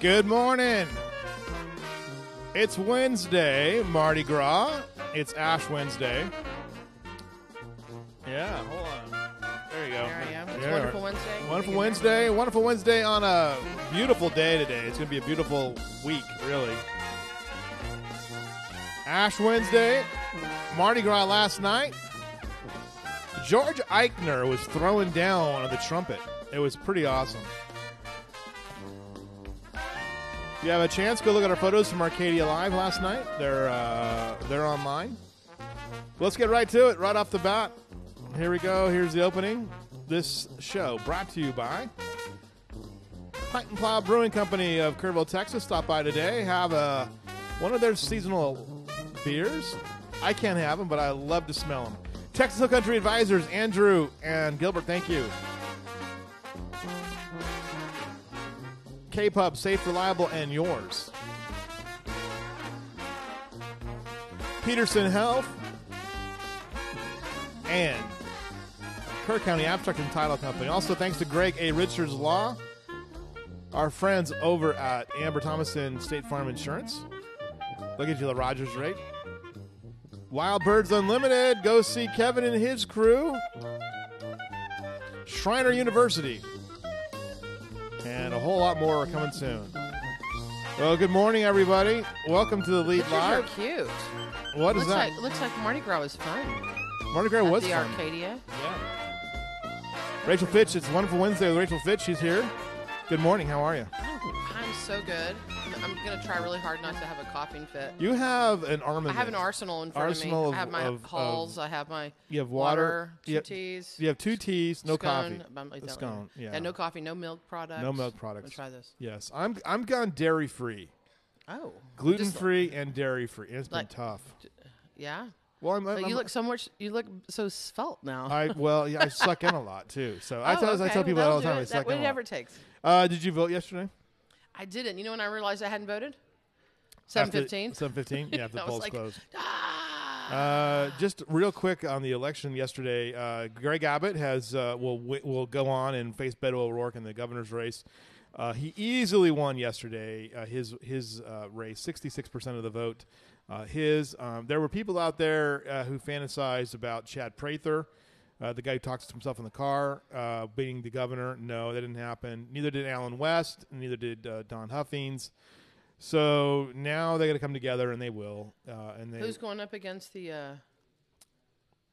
Good morning. It's Wednesday, Mardi Gras. It's Ash Wednesday. Yeah, hold on. There you go. There I am. It's There you Wonderful are. Wednesday. Wonderful Thank you. Wednesday. Wonderful Wednesday on a beautiful day today. It's going to be a beautiful week, really. Ash Wednesday, Mardi Gras last night. George Eichner was throwing down on the trumpet. It was pretty awesome. If you have a chance, go look at our photos from Arcadia Live last night. They're uh, they're online. Let's get right to it, right off the bat. Here we go. Here's the opening. This show brought to you by Pint and Plow Brewing Company of Kerrville, Texas. Stop by today. Have a one of their seasonal beers. I can't have them, but I love to smell them. Texas Hill Country Advisors, Andrew and Gilbert, thank you. K Pub, safe, reliable, and yours. Peterson Health, and Kerr County Abstract and Title Company. Also, thanks to Greg A. Richards Law, our friends over at Amber Thomason State Farm Insurance. They'll get you the Rogers rate. Wild Birds Unlimited. Go see Kevin and his crew. Shriner University. And a whole lot more are coming soon. Well, good morning, everybody. Welcome to the Lead Pictures are Live. cute. What is looks that? like looks like Mardi Gras was fun. Mardi Gras at was the fun. Arcadia. Yeah. Rachel Fitch, it's Wonderful Wednesday with Rachel Fitch. She's here. Good morning. How are you? Oh, I'm so good. I'm- I'm gonna try really hard not to have a coughing fit. You have an I armament. have an arsenal in front Arsenal of of- me. I have my of- halls. I have my You have water. two you have, teas. You have two teas, no scone, coffee. I'm like A that one. scone, yeah. no coffee. No milk products. No milk Let's products. try this. Yes, I'm I'm gone dairy free, Oh, gluten Just- free, and dairy free. It's been Like- tough. Yeah. Well, I'm, But I'm- you look so much. You look so svelte now. I well, yeah, I suck in a lot too. So I Oh, tell I okay. tell people That'll all the do time. oh. it. I That- suck in a whatever lot. it takes. Uh, did you vote yesterday? I didn't. You know when I realized I hadn't voted? Seven After- fifteen. 7:15? Yeah, the I was polls like, closed. Ah! Uh, just real quick on the election yesterday, uh, Greg Abbott has uh, will wi- will go on and face Beto O'Rourke in the governor's race. Uh, he easily won yesterday uh, his his uh, race, sixty six percent of the vote. Uh, his um, there were people out there uh, who fantasized about Chad Prather, uh, the guy who talks to himself in the car, uh, being the governor. No, that didn't happen. Neither did Alan West. Neither did uh, Don Huffings. So now they got to come together, and they will. Uh, and they, Who's going up against the uh,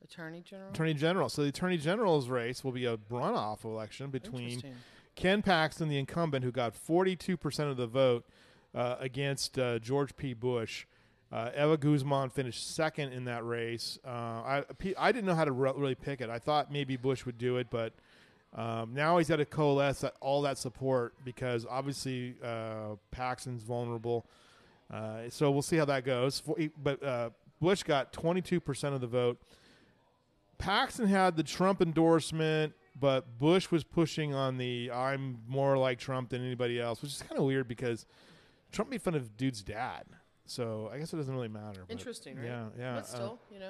attorney general? Attorney General. So the Attorney General's race will be a runoff election between Interesting. Ken Paxton, the incumbent, who got 42% of the vote uh, against uh, George P. Bush. Uh, Eva Guzman finished second in that race. Uh, I, P- I didn't know how to re- really pick it. I thought maybe Bush would do it, but um, now he's got to coalesce that, all that support because obviously uh, Paxton's vulnerable. Uh, so we'll see how that goes. For- But uh, Bush got 22% of the vote. Paxton had the Trump endorsement, but Bush was pushing on the I'm more like Trump than anybody else, which is kind of weird because Trump made fun of dude's dad. So I guess it doesn't really matter. but- Interesting, right? Yeah, yeah. But uh, still, you know,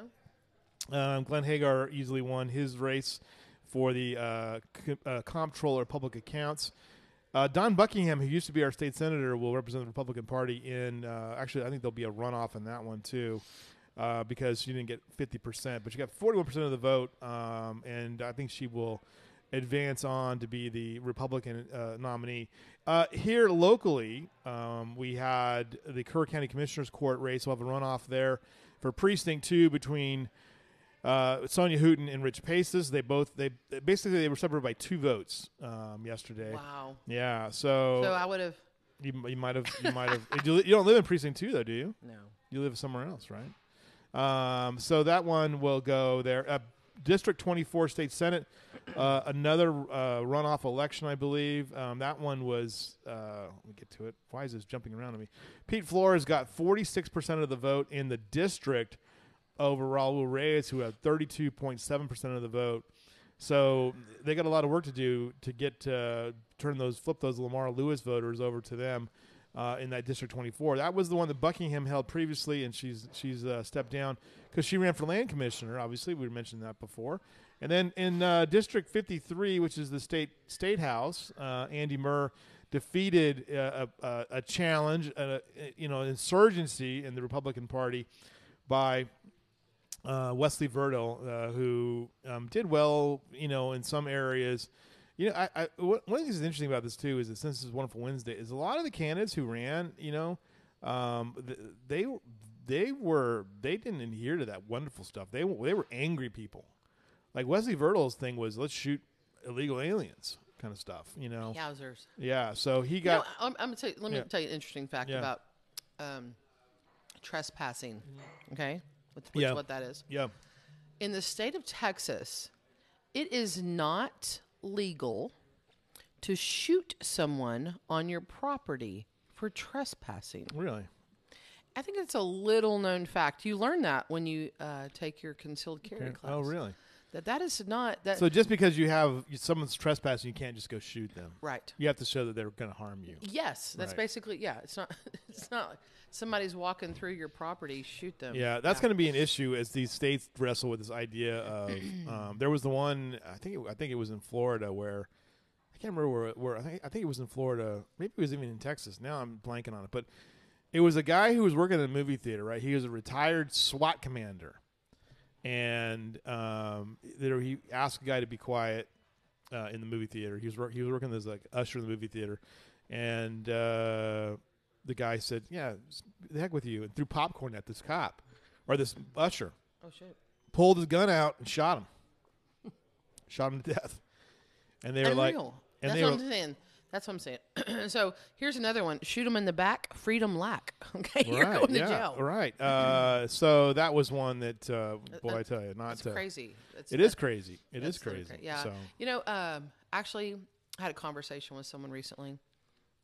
um, Glenn Hagar easily won his race for the uh, c- uh, comptroller of public accounts. Uh, Don Buckingham, who used to be our state senator, will represent the Republican Party in. Uh, actually, I think there'll be a runoff in that one too, uh, because she didn't get fifty percent, but she got forty-one percent of the vote, um, and I think she will advance on to be the Republican uh, nominee. Uh, here locally, um, we had the Kerr County Commissioners Court race. We'll have a runoff there for precinct two between uh, Sonia Hooten and Rich Paces. They both they basically they were separated by two votes um, yesterday. wow. Yeah, so, So uh, I would have you, you might have you might have you, li- you don't live in precinct two though, do you? no. You live somewhere else, right? Um, so that one will go there. Uh, District 24 State Senate, uh, another uh, runoff election, I believe. Um, that one was, uh, let me get to it. Why is this jumping around on me? Pete Flores got 46% of the vote in the district over Raul Reyes, who had 32.7% of the vote. So they got a lot of work to do to get uh, turn those flip those Lamar Lewis voters over to them uh, in that District 24. That was the one that Buckingham held previously, and she's she's uh, stepped down because she ran for land commissioner. Obviously, we mentioned that before. And then in uh, District 53, which is the state state house, uh, Andy Murr defeated uh, a, a, a challenge, a, a- you know, insurgency in the Republican Party by uh, Wesley Verdell, uh, who um, did well, you know, in some areas. You know, I, I what, one thing that's interesting about this too is that since this is Wonderful Wednesday, is a lot of the candidates who ran, you know, um, th- they they were they didn't adhere to that wonderful stuff. They w- they were angry people. Like Wesley Verdell's thing was let's shoot illegal aliens kind of stuff. You know, yeah. Yowzers. so he No, got I'm, I'm gonna tell you, let me Yeah. tell you an interesting fact Yeah. about um, trespassing. Okay, with, which Mm-hmm. Yeah. what that is yeah in the state of Texas. It is not legal to shoot someone on your property for trespassing. really I think it's a little known fact. You learn that when you uh, take your concealed carry class. oh really. That that is not that So just because you have someone's trespassing, you can't just go shoot them. right. You have to show that they're going to harm you. Yes, that's Right. basically yeah. It's not it's not like somebody's walking through your property. Shoot them. Yeah, that's going to be an issue as these states wrestle with this idea of. Um, there was the one I think it, I think it was in Florida where I can't remember where, where I think I think it was in Florida. Maybe it was even in Texas. Now I'm blanking on it, but it was a guy who was working in a movie theater. Right, he was a retired SWAT commander, and um, there he asked a guy to be quiet uh, in the movie theater. He was wor- he was working as like usher in the movie theater, and uh, the guy said, "Yeah, s- the heck with you," and threw popcorn at this cop or this usher. Oh shit. Pulled his gun out and shot him. shot him to death. And they were like, Unreal. and that's they what were I'm saying. That's what I'm saying. so here's another one. Shoot them in the back. Freedom lack. Okay, you're right, going to yeah, jail. right. Uh, so that was one that, uh, boy, I tell you, not It's uh, crazy. It's, It is crazy. It is That's literally crazy. cra- Yeah. So You know, um, actually, I had a conversation with someone recently,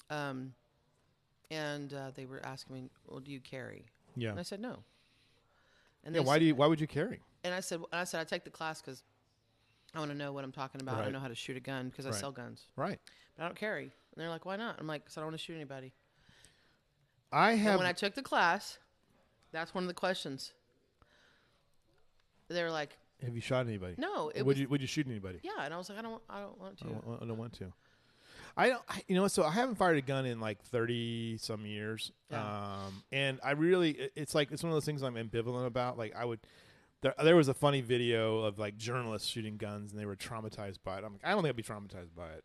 um, and uh, they were asking me, "Well, do you carry?" yeah. And I said, "No." And yeah. they Why s- do you? Why would you carry? And I said, and I said, I take the class because I want to know what I'm talking about. I Right. know how to shoot a gun because I Right. sell guguns, Right. but I don't carry. And they're like, "Why not?" I'm like, "Cause I don't want to shoot anybody." I And have. when I took the class, that's one of the questions. They were like, have you shot anybody? "No, it Would was, you? Would you shoot anybody? yeah," and I was like, "I don't, I don't want to." I don't, wa- I don't want to. I don't, I, you know, so I haven't fired a gun in like thirty some years, um, and I really, it- it's like it's one of those things I'm ambivalent about. Like I would, there, there was a funny video of like journalists shooting guns, and they were traumatized by it. I'm like, I don't think I'd be traumatized by it.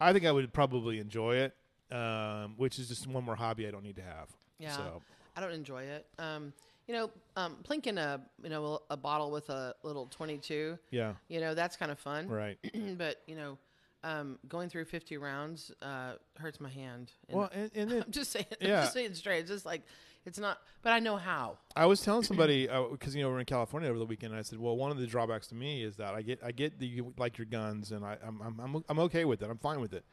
I think I would probably enjoy it, um, which is just one more hobby I don't need to have. Yeah, So I don't enjoy it. Um, you know, um, plinking a you know a bottle with a little twenty-two. yeah, You know, that's kind of fun. right. but you know, um, going through fifty rounds uh, hurts my hand. And Well, and, and then I'm just saying. I'm yeah. just saying straight. It's just like it's not. But I know how. I was telling somebody because you know we're in California over the weekend. And I said, well, one of the drawbacks to me is that I get I get that you like your guns, and I, I'm, I'm I'm I'm okay with it. I'm fine with it.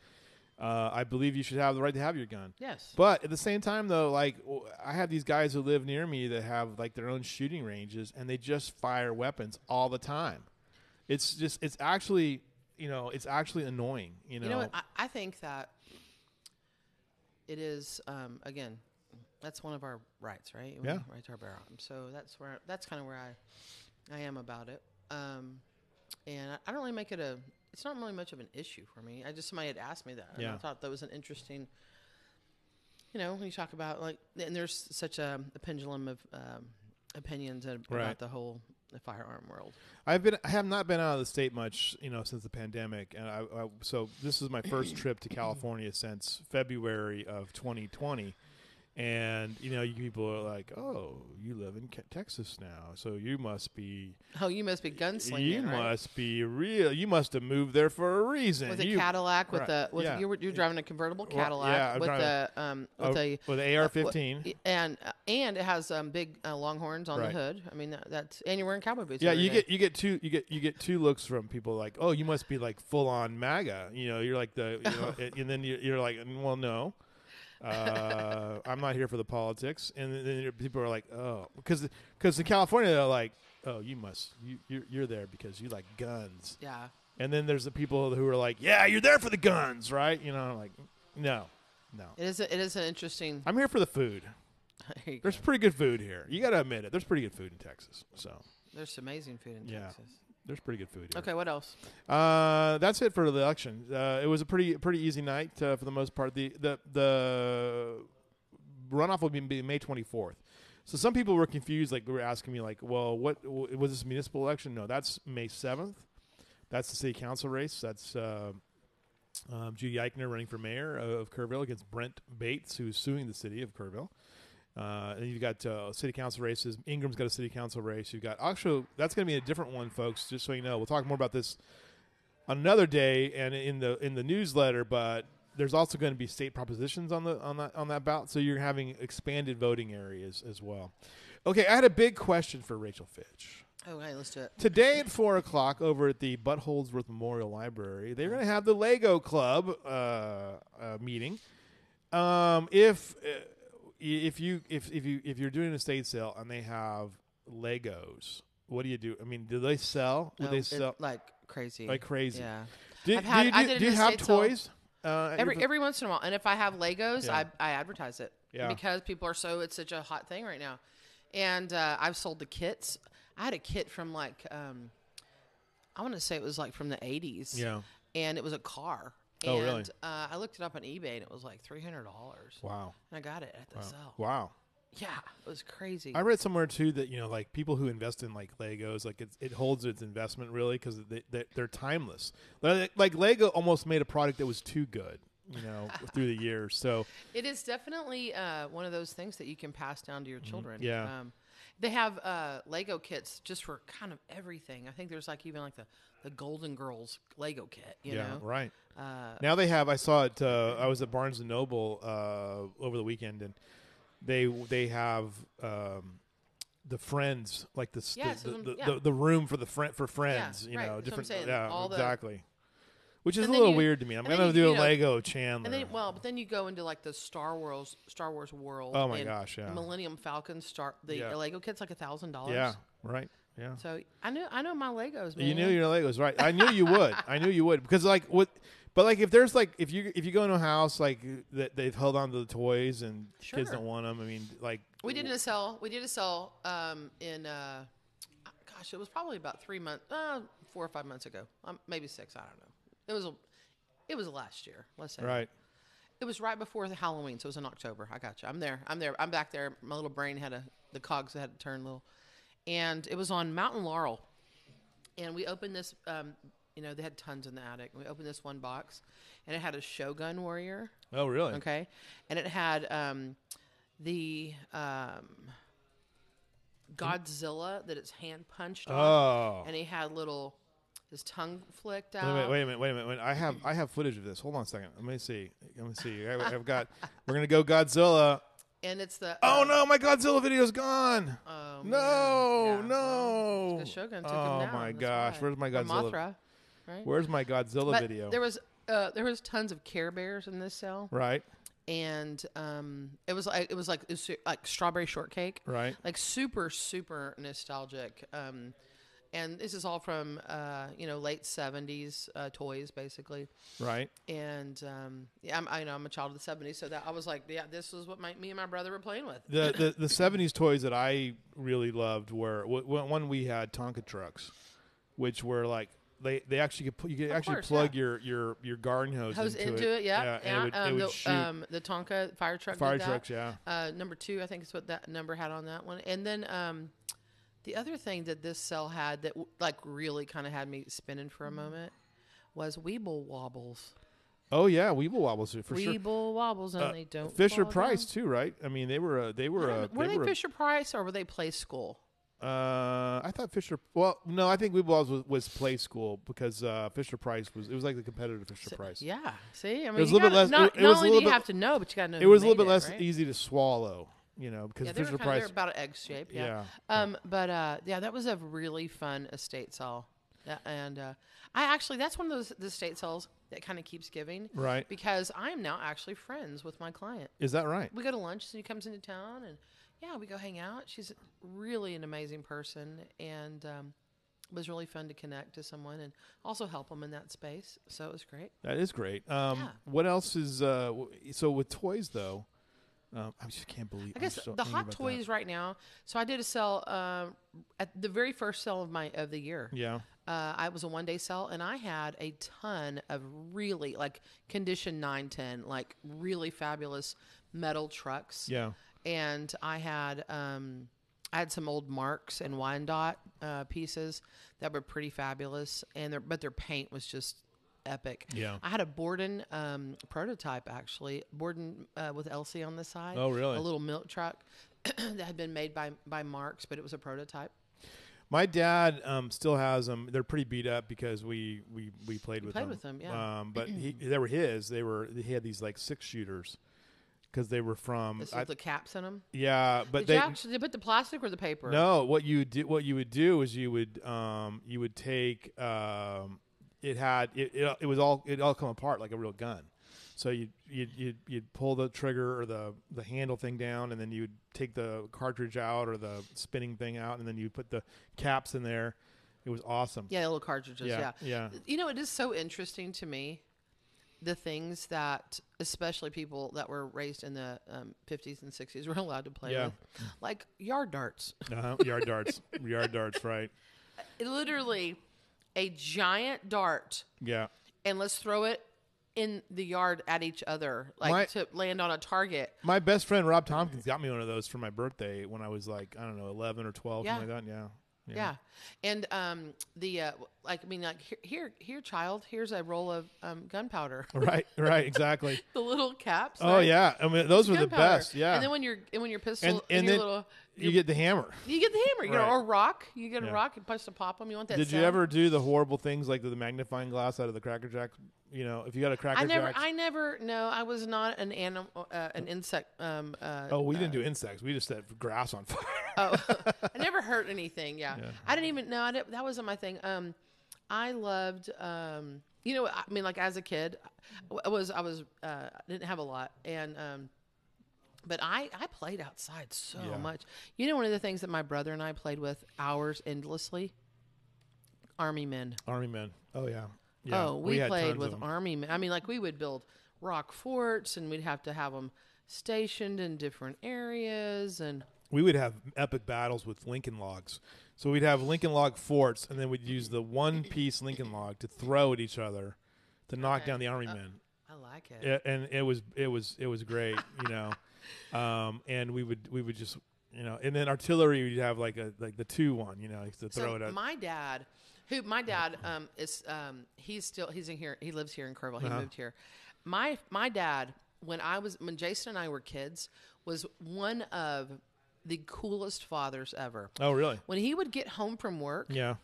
Uh, I believe you should have the right to have your gun. Yes. But at the same time, though, like w- I have these guys who live near me that have like their own shooting ranges, and they just fire weapons all the time. It's just it's actually you know it's actually annoying. You know, you know what? I, I think that it is. Um, again, that's one of our rights, right? We Yeah. Right to our bear arms. So that's where that's kind of where I I am about it. Um, and I, I don't really make it a. It's not really much of an issue for me. I just somebody had asked me that, and I Yeah. thought that was an interesting. You know, when you talk about like, and there's such a, a pendulum of um, opinions ab- about Right. the whole the firearm world. I've been I have not been out of the state much, you know, since the pandemic, and I, I so this is my first trip to California since February of 2020. And you know, you people are like, "Oh, you live in Ca- Texas now, so you must be Oh, you must be gunslinging. you right? must be real. You must have moved there for a reason." with a You- Cadillac with right, a with yeah. you were you're driving a convertible Well, yeah, Cadillac I'm with driving a um a- with a Oh, with an AR-15. and uh, and it has um big uh, longhorns on Right. the hood. I mean that, that's and you're wearing cowboy boots. yeah, every you day. get you get two you get you get two looks from people like, "Oh, you must be like full on MAGA." You know, you're like the, you know, and then you're, you're like, "Well, no, uh, I'm not here for the politics." And then- then people are like, "Oh, because because in California they're like, oh, you must you you're, you're there because you like guns." yeah. And then there's the people who are like, "Yeah, you're there for the guns, right?" You know, I'm like, no, no, It is a, it is an interesting. I'm here for the food. There you go. There's pretty good food here. You got to admit it. There's pretty good food in Texas. So There's some amazing food in Yeah. Texas. There's pretty good food here. Okay, what else? Uh, that's it for the election. Uh, it was a pretty pretty easy night uh, for the most part. The the the runoff will be- be May 24th. So some people were confused, like they were asking me, like, well, what w- was this a municipal election? No, that's May 7th. That's the city council race. That's uh, um, Judy Eichner running for mayor of Kerrville against Brent Bates, who's suing the city of Kerrville. Uh, and you've got uh, city council races. Ingram's got a city council race. You've got actually that's going to be a different one, folks. Just so you know, we'll talk more about this another day and in the in the newsletter. But there's also going to be state propositions on the on that on that ballot. So you're having expanded voting areas as well. Okay, I had a big question for Rachel Fitch. Okay, Oh, let's do it. Today at four o'clock, over at the Buttholdsworth Memorial Library, they're going to have the Lego Club uh, uh, meeting. Um, if uh, if you if if you if you're doing a state sale and they have Legos, what do you do? I mean, do they sell? Would No, they it- sell Oh, like crazy? like crazy? Yeah. Do, I've had- do you, I do, did do an you have estate sale. toys? Uh, at your Every fa- every once in a while, and if I have Legos, Yeah. I I advertise it Yeah. because people are so it's such a hot thing right now, and uh, I've sold the kits. I had a kit from like um, I want to say it was like from the eighties, yeah. and it was a car. Oh, and, really? Uh, I looked it up on eBay, and it was like three hundred dollars, Wow. and I got it at the sale. Wow. Yeah, it was crazy. I read somewhere too that you know, like people who invest in like Legos, like it, it holds its investment really because they, they, they're timeless. Like, like Lego almost made a product that was too good, you know, through the years. So It is definitely uh, one of those things that you can pass down to your children. Mm-hmm. yeah. Um, they have uh, Lego kits just for kind of everything. I think there's like even like the, the Golden Girls Lego kit, you yeah, know? right. Uh, Now they have. I saw it. Uh, I was at Barnes and Noble uh, over the weekend, and they they have um, the friends like the s- Yeah, the, so the, some- the, yeah. the room for the friend for friends. you right, know, that's what I'm different. saying, Yeah, all the- exactly. Which is a And then little you- weird to me. I'm and then gonna you- do you a know- Lego Chandler. and then, well, but then you go into like the Star Wars, Star Wars world. Oh my and gosh, yeah. Millennium Falcon, Star, the Yeah. Lego kit's like a thousand dollars. yeah, right. Yeah. So I knew, I know my Legos, man. You knew your Legos, right? I knew you would. I knew you would because like what, but like if there's like if you if you go into a house like that they've held on to the toys and kids Sure. don't want them. I mean, like We did a sell. We did a sell um, in, uh, gosh, it was probably about three months, uh, four or five months ago, um, maybe six. I don't know. It was, a, it was last year. Let's say right. It was right before the Halloween, so it was in October. I got you. I'm there. I'm there. I'm back there. My little brain had a the cogs had to turn a little, and it was on Mountain Laurel, and we opened this. Um, you know, they had tons in the attic. We opened this one box, and it had a Shogun Warrior. Oh really? Okay. And it had um, the um, Godzilla that it's hand punched on. Oh. And he had little, his tongue flicked Wait a out. minute, wait a minute, wait a minute. Wait, I have I have footage of this. Hold on a second. Let me see. Let me see. I, have got. We're gonna go Godzilla. And it's the. Oh uh, no, my Godzilla video's gone. Oh, man. no, Yeah, well, no. The Shogun took him oh down, my that's gosh, why. where's my Or Godzilla? Mothra, right? Where's my Godzilla But video? There was. Uh, there was tons of Care Bears in this cell, right, and um, it was like it was like it was like strawberry shortcake, right. like super super nostalgic um and this is all from uh you know late 70s uh, toys basically Right. and um yeah I'm, I know I'm a child of the 70s so that I was like yeah this was what my me and my brother were playing with The, the the 70s toys that I really loved were w- w- one we had Tonka trucks, which were like they, they actually could pl- you could Of actually course, plug yeah. your, your your garden hose Hose into, into, it, yeah, and it would, um, it would the, shoot um, the Tonka fire truck. did fire that. trucks. Yeah, Uh, number two, I think is what that number had on that one. And then um, the other thing that this cell had that w- like really kind of had me spinning for a Mm-hmm. moment was Weeble Wobbles. Oh yeah, Weeble Wobbles for sure. Weeble Wobbles, and Uh, they don't. Fisher fall Price down. too, right? I mean, they were a, they were I a, don't know. Were they, were a- Fisher Price or were they Play School? uh, I thought Fisher. Well, no, I think Weeble Wobbles was, was play school because uh, Fisher Price was it was like the competitor to Fisher Price. Yeah. See, I mean, was you a little bit gotta- less- Not, it not was a only little do you bit- have to know, but you got to know. It who was a little made bit it, less right? easy to swallow, you know, because Yeah, they were Fisher kinda- they were Price. about egg shape. Yeah. yeah. Um, but uh, yeah, that was a really fun estate sale, Yeah, and uh, I actually that's one of those the estate sales that kind of keeps giving Right. because I am now actually friends with my client. Is that right? We go to lunch, and she comes into town, and yeah, we go hang out. She's really an amazing person, and um, it was really fun to connect to someone and also help them in that space. So it was great. That is great. Um, Yeah. What else is uh, w- so with toys though? Um, I just can't believe. I I'm guess so angry the hot about that. um, toys right now. So I did a sell uh, at the very first sale of my of the year. Yeah. Uh, I was a one day sell and I had a ton of really like condition 910, like really fabulous metal trucks. Yeah. And I had um, I had some old marks and Wyandotte uh, pieces that were pretty fabulous, and their but their paint was just epic. Yeah. I had a Borden um, prototype actually, Borden uh, with Elsie on the side. Oh, really? A little milk truck that had been made by by Marks, but it was a prototype. My dad um, still has them. They're pretty beat up because we we we played with played them. with them, yeah. Um, but he, they were his. They were he had these like six shooters because they were from. This I- with the caps in them. yeah, but Did they you actually did you put the plastic or the paper? no. What you did, what you would do is you would um you would take um it had it it, it was all it all come apart like a real gun. So you you you'd, you'd pull the trigger or the the handle thing down, and then you'd take the cartridge out or the spinning thing out, and then you put the caps in there. It was awesome. Yeah, little cartridges. Yeah, Yeah, yeah. You know, it is so interesting to me the things that, especially people that were raised in the um, 50s and 60s, were allowed to play Yeah. with, like yard darts. Uh-huh. Yard darts. Yard darts, right. Literally, a giant dart, Yeah. and let's throw it in the yard at each other, like My- to land on a target. My best friend Rob Tompkins got me one of those for my birthday when I was like, I don't know, 11 or 12, something Yeah. like that. Yeah. Yeah. And um, the uh, w- like, I mean, like here, here, here, child, here's a roll of um, gunpowder. Right, right, exactly. the little caps. Oh right? yeah, I mean those were the gunpowder. best. Yeah, And then when your and when your pistol And- and, and your then- little you get the hammer. you get the hammer, you know, Right. or rock. You get a Yeah. rock and punch to pop them. You want that? Did you sound? ever do the horrible things like the magnifying glass out of the cracker jack? You know, if you got a cracker I never. jack. I never. No, I was not an animal, uh, an insect. Um, uh, oh, we didn't do insects. We just set grass on fire. oh, I never hurt anything. Yeah. I didn't even know. I didn't, that wasn't my thing. Um, I loved. Um, you know, I mean, like as a kid, I was I was uh, I didn't have a lot, and um, but I I played outside so Yeah. much. You know, one of the things that my brother and I played with hours endlessly. Army men. Army men. Oh yeah. yeah. oh, we, had tons played of with them. army men. I mean, like we would build rock forts, and we'd have to have them stationed in different areas, and we would have epic battles with Lincoln logs. So we'd have Lincoln log forts, and then we'd use the one piece Lincoln log to throw at each other to knock down Uh, the army men. I like it. It, and it was it was it was great, you know. Um, and we would we would just you know, and then artillery we'd have like a like the two one, you know, to throw so it at. my dad who my dad um is um he's still he's in here he lives here in Kerrville he Uh-huh. moved here my my dad when I was when Jason and I were kids was one of the coolest fathers ever oh really? when he would get home from work Yeah.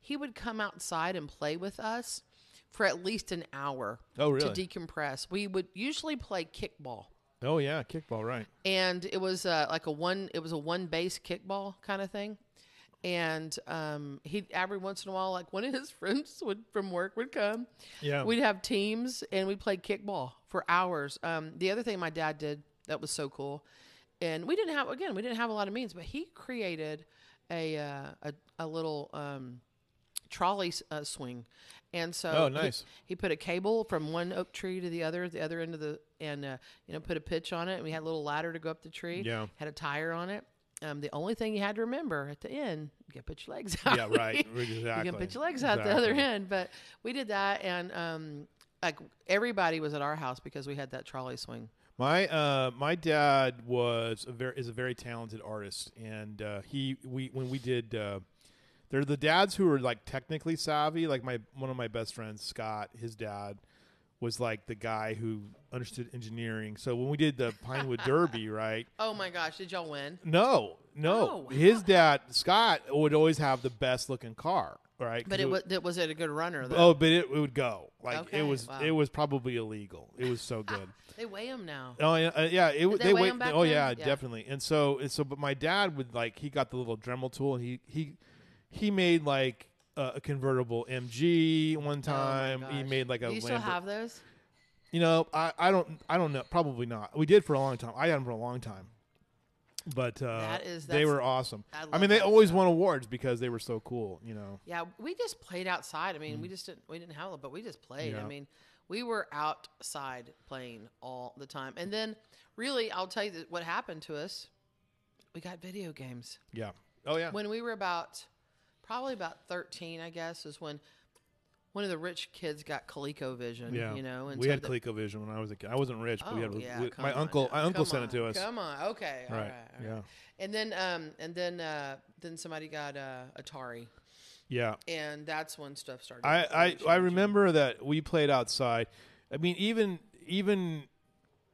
he would come outside and play with us for at least an hour Oh, really? to decompress we would usually play kickball Oh yeah, kickball, right? and it was uh, like a one it was a one base kickball kind of thing and um, he every once in a while like one of his friends would from work would come Yeah. we'd have teams and we'd play kickball for hours um, the other thing my dad did that was so cool and we didn't have again we didn't have a lot of means but he created a uh, a, a little um, trolley s- uh, swing and so Oh, he- nice. he put a cable from one oak tree to the other, the other end of the, and uh, you know, put a pitch on it. And we had a little ladder to go up the tree. Yeah. Had a tire on it. Um, the only thing you had to remember at the end, you got to put your legs out. Yeah, right. you Exactly. can put your legs out the other Exactly. end. But we did that, and um, like everybody was at our house because we had that trolley swing. My uh, my dad was a very is a very talented artist, and uh, he we when we did uh, they're the dads who are like technically savvy. Like my one of my best friends, Scott, his dad was like the guy who understood engineering. So when we did the Pinewood Derby, right? Oh my gosh, did y'all win? No, no, Oh, his dad Scott would always have the best looking car, right? 'Cause But it would- was, it was it a good runner though? Oh, but it, it would go like Okay, it was. wow. It was probably illegal. It was so good. They weigh them now. Oh yeah, uh, yeah. It, w- they they weigh wait. 'em back oh then? yeah, Yeah. definitely. And so, and so, but my dad would like he got the little Dremel tool and he he he made like uh, a convertible MG one Oh, my time. he gosh. made like a Do you still Lambor- have those? You know, I I don't I don't know. Probably not. We did for a long time. I had them for a long time. But uh, That is- they that's- were awesome. I I, love mean, they that always won awards because they were so cool. You know. Yeah, we just played outside. I mean, we just didn't we didn't have it, but we just played. Mm. Yeah. I mean, we were outside playing all the time. And then, really, I'll tell you that what happened to us. We got video games Yeah. Oh yeah. when we were about probably about 13, I guess, is when one of the rich kids got ColecoVision. Yeah, You know, we so had the- ColecoVision when I was a kid. I wasn't rich, but we Oh, had. yeah, we- come my on uncle, now. my uncle Come sent it to on, us. Come on, okay, all Right, right, all right. yeah. And then, um, and then, uh, then somebody got uh, Atari, Yeah, and that's when stuff started. I, really I I changing. remember that we played outside. I mean, even even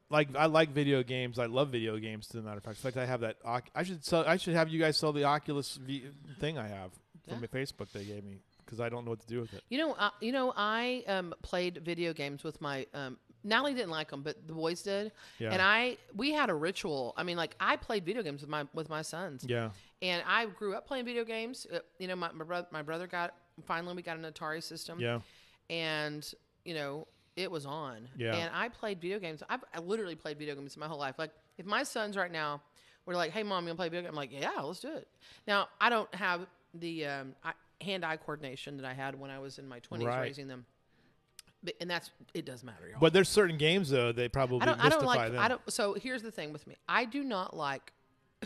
like I like video games. I love video games. To the matter of fact, in fact, I have that. Oc- I should sell. I should have you guys sell the Oculus v- thing I have from Yeah. Facebook they gave me because I don't know what to do with it. You know, uh, you know, I um, played video games with my. Um, Natalie didn't like them, but the boys did. Yeah. And I, we had a ritual. I mean, like I played video games with my with my sons. Yeah, And I grew up playing video games. Uh, you know, my my, bro- my brother got finally we got an Atari system. yeah, and you know it was on Yeah. and i played video games I've, i literally played video games my whole life like if my sons right now were like hey mom you want to play video game i'm like yeah let's do it now i don't have the um, I, hand-eye coordination that i had when i was in my 20s Right. raising them but, and that's it does matter y'all. but there's certain games though they probably i don't i mystify don't like them. i don't so here's the thing with me i do not like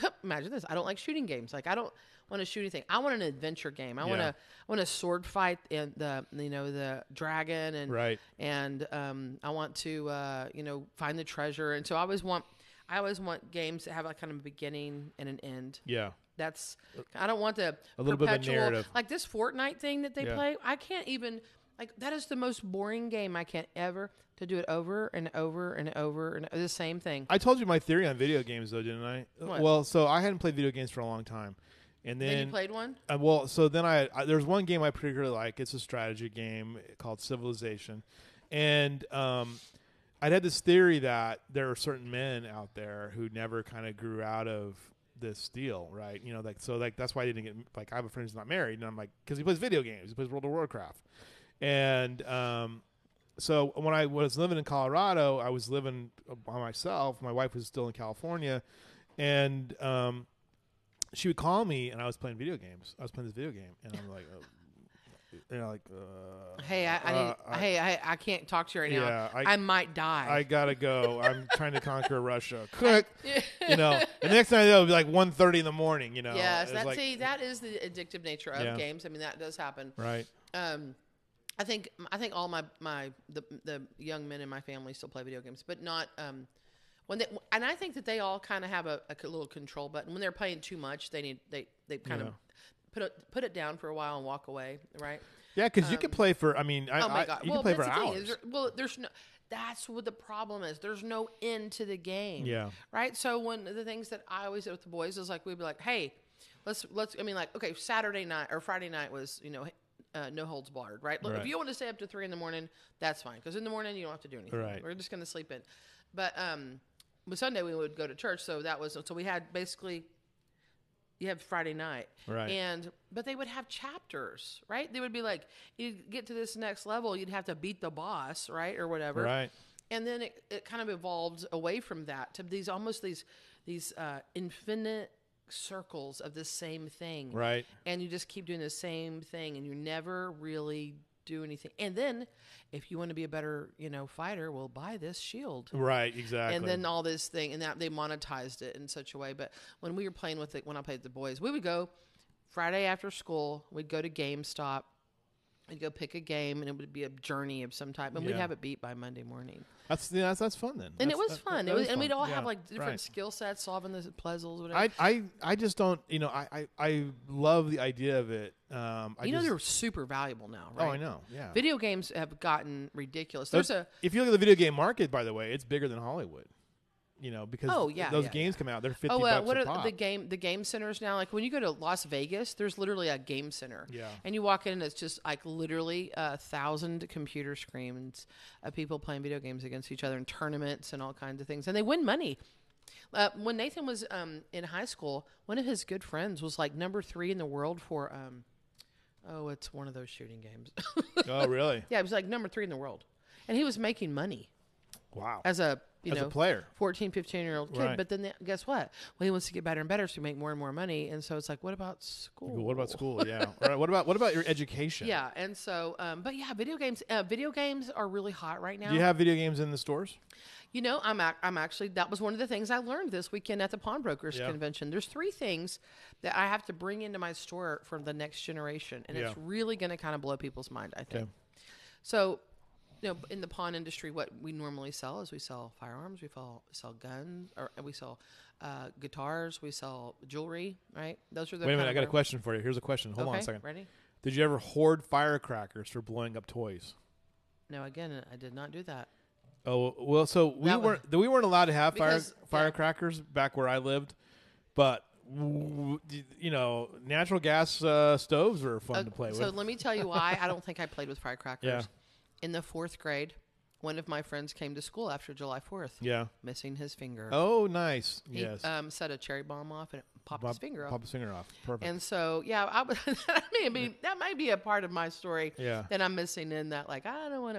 imagine this i don't like shooting games like i don't want to shoot anything i want an adventure game i want Yeah. to i want a sword fight and the you know the dragon and Right. and um, I want to uh, you know find the treasure. And so I always want I always want games that have like kind of a beginning and an end. Yeah, That's I don't want the A little bit of a perpetual- narrative. like this Fortnite thing that they Yeah. play. I can't even like that is the most boring game I can't ever to do it over and over and over and the same thing. I told you my theory on video games though, didn't I? What? Well, so I hadn't played video games for a long time, and then then you played one. Uh, well, so then I, I there's one game I particularly like. It's a strategy game called Civilization, and um, I'd had this theory that there are certain men out there who never kind of grew out of this deal, right? You know, like so, like that's why I didn't get like I have a friend who's not married, and I'm like because he plays video games, he plays World of Warcraft, and um, so when I was living in Colorado, I was living uh, by myself. My wife was still in California, and um, she would call me, and I was playing video games. I was playing this video game, and I'm like, oh. and I'm like, uh, Hey, I, I, need, uh, I, hey, I, I can't talk to you right now. Yeah, I- I, might I die. gotta go. I'm trying to conquer Russia. Quick, you know. And the next time it'll be like 1.30 in the morning. You know. yes, It's that like- see, that is the addictive nature of Yeah. games. I mean, that does happen. Right. um, I think I think all my my the the young men in my family still play video games, but not um, when they and I think that they all kind of have a, a little control button when they're playing too much. They need they they kind Yeah. of put it put it down for a while and walk away, right? Yeah, because you can play for. I mean, I, Um, Oh my I- god! you can well, play for that's the thing, hours. is there- well, there's no. That's what the problem is. There's no end to the game. Yeah. Right. So one of the things that I always did with the boys is like we'd be like, hey, let's let's. I mean, like okay, Saturday night or Friday night was you know. Uh, no holds barred, right? Look, Right. If you want to stay up to three in the morning, that's fine. Because in the morning you don't have to do anything. Right. We're just going to sleep in. But um, with Sunday we would go to church, so that was so we had basically you have Friday night, Right. And but they would have chapters, right? They would be like, you get to this next level, you'd have to beat the boss, right, or whatever, Right. And then it, it kind of evolved away from that to these almost these these uh, infinite circles of the same thing, Right. And you just keep doing the same thing, and you never really do anything. And then, if you want to be a better, you know, fighter, well, buy this shield Right. Exactly. and then all this thing and that they monetized it in such a way but when we were playing with it when i played with the boys we would go friday after school we'd go to gamestop we'd go pick a game and it would be a journey of some type and we'd Yeah. have it beat by monday morning that's, yeah, that's that's fun then. and That's- it was that- fun that it was, is and we'd all Yeah, have like different right. skill sets solving the puzzles whatever I, I I just don't you know I, I, I love the idea of it. Um, I you know just, they're super valuable now oh right I know yeah. video games have gotten ridiculous there's a if you look at the video game market, by the way, it's bigger than Hollywood. You know because Oh, yeah, those yeah, games come out they're fifty oh, uh, bucks what a are pop. the game the game centers now? Like when you go to Las Vegas, there's literally a game center. Yeah. And you walk in, and it's just like literally a thousand computer screens of people playing video games against each other in tournaments and all kinds of things, and they win money. Uh, when Nathan was um, in high school, one of his good friends was like number three in the world for, um, oh, it's one of those shooting games. oh really? yeah, he was like number three in the world, and he was making money Wow. as a you As a know player. 14 15 year old kid Right. but then the, guess what well he wants to get better and better so he make more and more money and so it's like what about school Well, What about school? Yeah. All right. What about what about your education? yeah and so um, but yeah video games uh, video games are really hot right now Do you have video games in the stores? You know, I'm ac- I'm actually that was one of the things I learned this weekend at the pawnbrokers Yeah. convention. There's three things that I have to bring into my store for the next generation, and it's Yeah. really going to kind of blow people's mind. I think. Okay. So, you know, in the pawn industry, what we normally sell is we sell firearms, we sell sell guns, or we sell uh, guitars, we sell jewelry. Right? Those are the. Wait a kind minute, I of got a our- question for you. Here's a question. Hold on a Okay, second. Ready? Did you ever hoard firecrackers for blowing up toys? No, again, I did not do that. Oh well, so we That was- weren't we weren't allowed to have fire, Because- yeah. firecrackers back where I lived, but w- w- you know, natural gas uh, stoves were fun Uh, to play so with. let me tell you why I don't think I played with firecrackers. Yeah. In the fourth grade, one of my friends came to school after July 4th, Yeah. missing his finger. Oh, nice. He yes. um, set a cherry bomb off and it popped his Pop- finger off. Pop his finger off. Perfect. And so, yeah, I was, that may be that might be a part of my story Yeah. that I'm missing in that. Like, I don't want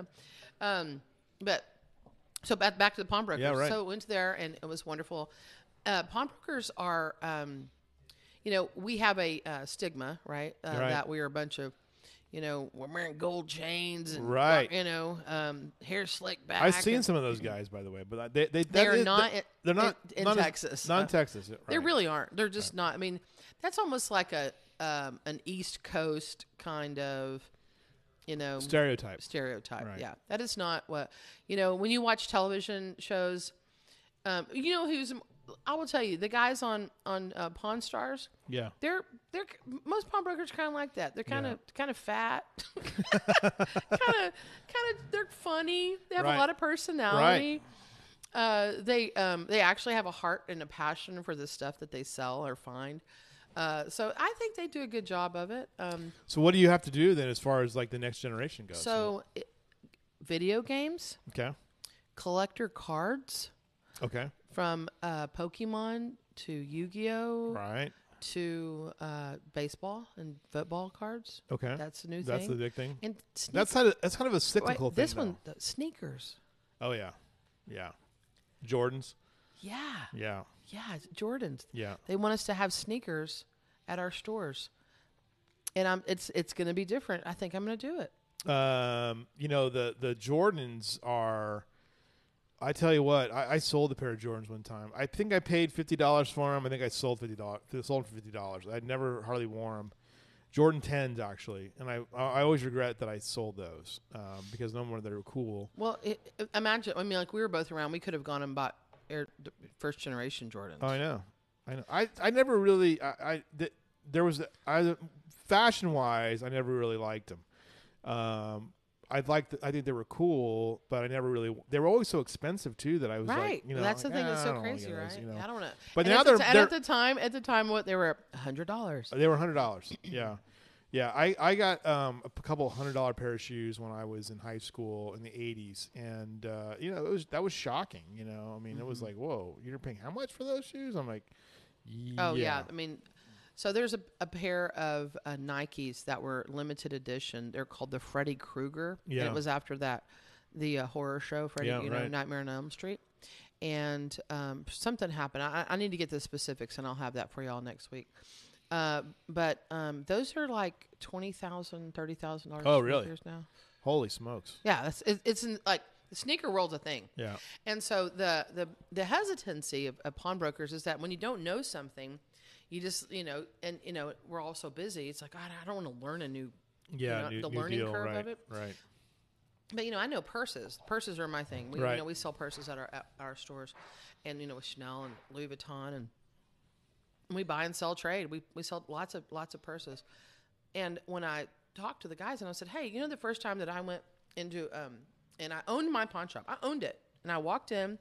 to, um, but so back back to the pawnbrokers. Yeah, right. So went there and it was wonderful. Uh, pawnbrokers are, um, you know, we have a uh, stigma, right, uh, Right. That we are a bunch of, you know, we're wearing gold chains and Right. you know, um, hair slicked back. I've seen and- some of those guys, by the way, but they they They that are is- not they- in- they're not in- in not as- Texas. Not in Uh, Texas. They right. really aren't. They're just not. I mean, that's almost like a um, an East Coast kind of, you know, stereotypes. stereotype. Right. Yeah, that is not what you know. When you watch television shows, um, you know who's. I will tell you, the guys on on uh, Pawn Stars, Yeah. they're they're most pawnbrokers kind of like that. They're kind of kind of fat, kind of kind of they're funny. They have Right. a lot of personality. Uh, they um, they actually have a heart and a passion for the stuff that they sell or find. Uh, so I think they do a good job of it. Um, So what do you have to do then, as far as like the next generation goes? so, i video games, okay, collector cards okay, from uh, Pokemon to Yu-Gi-Oh right, to uh, baseball and football cards. okay. That's the new That's thing. the big thing. and sneak- That's kind of that's kind of a wait, cyclical thing. this though. one the sneakers. Oh yeah, yeah. Jordans. Yeah, Yeah, yeah, it's Jordans. yeah. They want us to have sneakers at our stores, and I'm it's it's going to be different. I think I'm going to do it. Um, you know the the Jordans are. I tell you what, I, I sold a pair of Jordans one time. I think I paid fifty dollars for them. I think I sold fifty dollars. Sold them for fifty dollars. I'd never hardly worn them. Jordan tens actually, and I I always regret that I sold those um, because no more they were cool. Well, i i- imagine. I mean, like we were both around. We could have gone and bought air, d- first generation Jordans. Oh, I know, I know. I I never really I, I th- there was I fashion wise I never really liked them. Um, I liked I think they were cool, but I never really they were always so expensive too that I was Right. like you know Well, that's the like, thing that's "Ah, I so don't wanna crazy, get right? those," you know? I don't want to. But and now at they're- the, ti- and at they're- the time, at the time, what they were hundred dollars. They were hundred dollars. Yeah, yeah. I I got um a p- couple hundred dollar pair of shoes when I was in high school in the eighties, and uh, you know it was that was shocking. You know, I mean it Mm-hmm. was like whoa, you're paying how much for those shoes? I'm like, yeah. Oh yeah. I mean, so there's a, a pair of uh, Nikes that were limited edition. They're called the Freddy Krueger. and Yeah. it was after that, the uh, horror show Freddy, Yeah, you know, right. Nightmare on Elm Street, and um, something happened. I, I need to get the specifics, and I'll have that for y'all next week. Uh, but um, those are like twenty thousand, thirty thousand dollars. Oh, really? Now, Holy smokes. yeah, that's it, it's in, like the sneaker world's a thing. Yeah. And so the the the hesitancy of, of pawnbrokers is that when you don't know something, you just you know, and you know, we're all so busy. It's like God, I don't want to learn a new. Yeah, know, new, the new learning deal, curve right, of it. Right. But you know, I know purses. Purses are my thing. We, Right. You know, we sell purses at our at our stores, and you know, with Chanel and Louis Vuitton, and we buy and sell trade. We we sell lots of lots of purses. And when I talked to the guys, and I said, "Hey, you know, the first time that I went into um, and I owned my pawn shop, I owned it, and I walked in."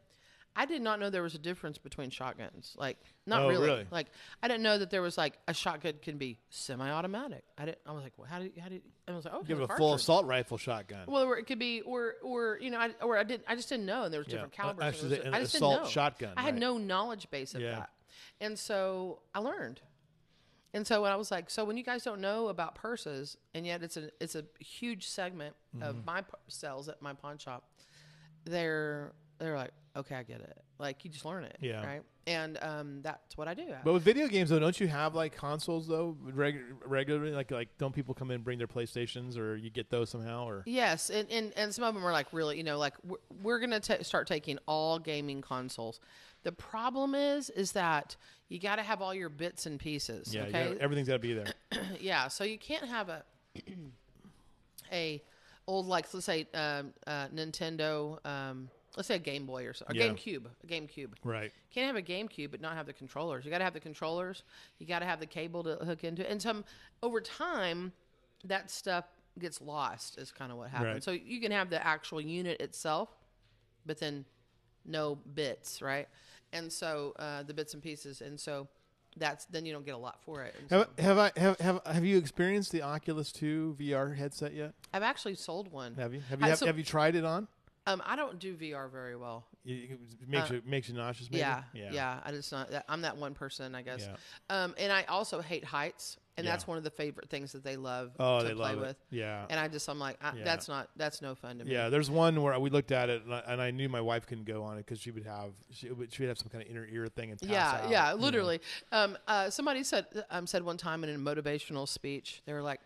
I did not know there was a difference between shotguns. Like, not Oh, really. really? Like, I didn't know that there was like a shotgun can be semi-automatic. I didn't. I was like, well, how did how did? I was like, oh, it Give has it a full cartridge. assault rifle shotgun. Well, or it could be, or or you know, I, or I didn't, I just didn't know, and there was Yeah. different Uh, calibers. and actually, there was- an I just assault didn't know. shotgun, I had right. no knowledge base of Yeah. that, and so I learned. And so when I was like, so when you guys don't know about purses, and yet it's a it's a Mm-hmm. huge segment of my p- sales at my pawn shop, they're they're like, okay, I get it. Like you just learn it. Yeah. Right. And um, that's what I do. But with video games though, don't you have like consoles though reg- regularly? Like like don't people come in and bring their PlayStations or you get those somehow or Yes, and, and, and some of them are like really, you know, like we're, we're gonna ta start taking all gaming consoles. The problem is, is that you got to have all your bits and pieces. yeah, you okay, gotta- everything's got to be there. yeah. So you can't have a a old like let's say um, uh, Nintendo, um, let's say a Game Boy or so, a Yeah. GameCube, a GameCube. right. Can't have a GameCube but not have the controllers. You got to have the controllers. You got to have the cable to hook into it. And some over time, that stuff gets lost. Is kind of what happens. Right. So you can have the actual unit itself, but then no bits, right? And so uh, the bits and pieces, and so that's then you don't get a lot for it. And so- Have, have I have, have have you experienced the Oculus Two VR headset yet? I've actually sold one. Have you have you I- have, so- have you tried it on? Um, I don't do VR very well. It it makes you makes you nauseous. Maybe? Yeah, yeah, Uh, yeah, I just not. that- I'm that one person, I guess. Yeah. Um, and I also hate heights, and Yeah. that's one of the favorite things that they love Oh, to they play love with. it. Yeah, And I just, I'm like, I, Yeah. that's not, that's no fun to me. Yeah, there's one where we looked at it, and I, and I knew my wife couldn't go on it because she would have she would, she would have some kind of inner ear thing and pass yeah, out, yeah, you know. literally. Um, uh, somebody said um, said one time in a motivational speech, they were like,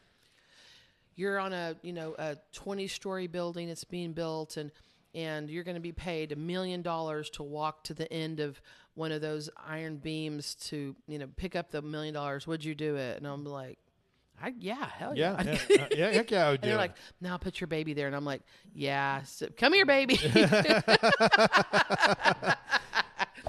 "You're on a you know a 20 story building that's being built, and and you're going to be paid a million dollars to walk to the end of one of those iron beams to you know pick up the million dollars. Would you do it?" And I'm like, "I yeah, hell yeah." Yeah, yeah, yeah, heck yeah, I would do. And it. they're like, now put your baby there. And I'm like, yeah, so- come here, baby.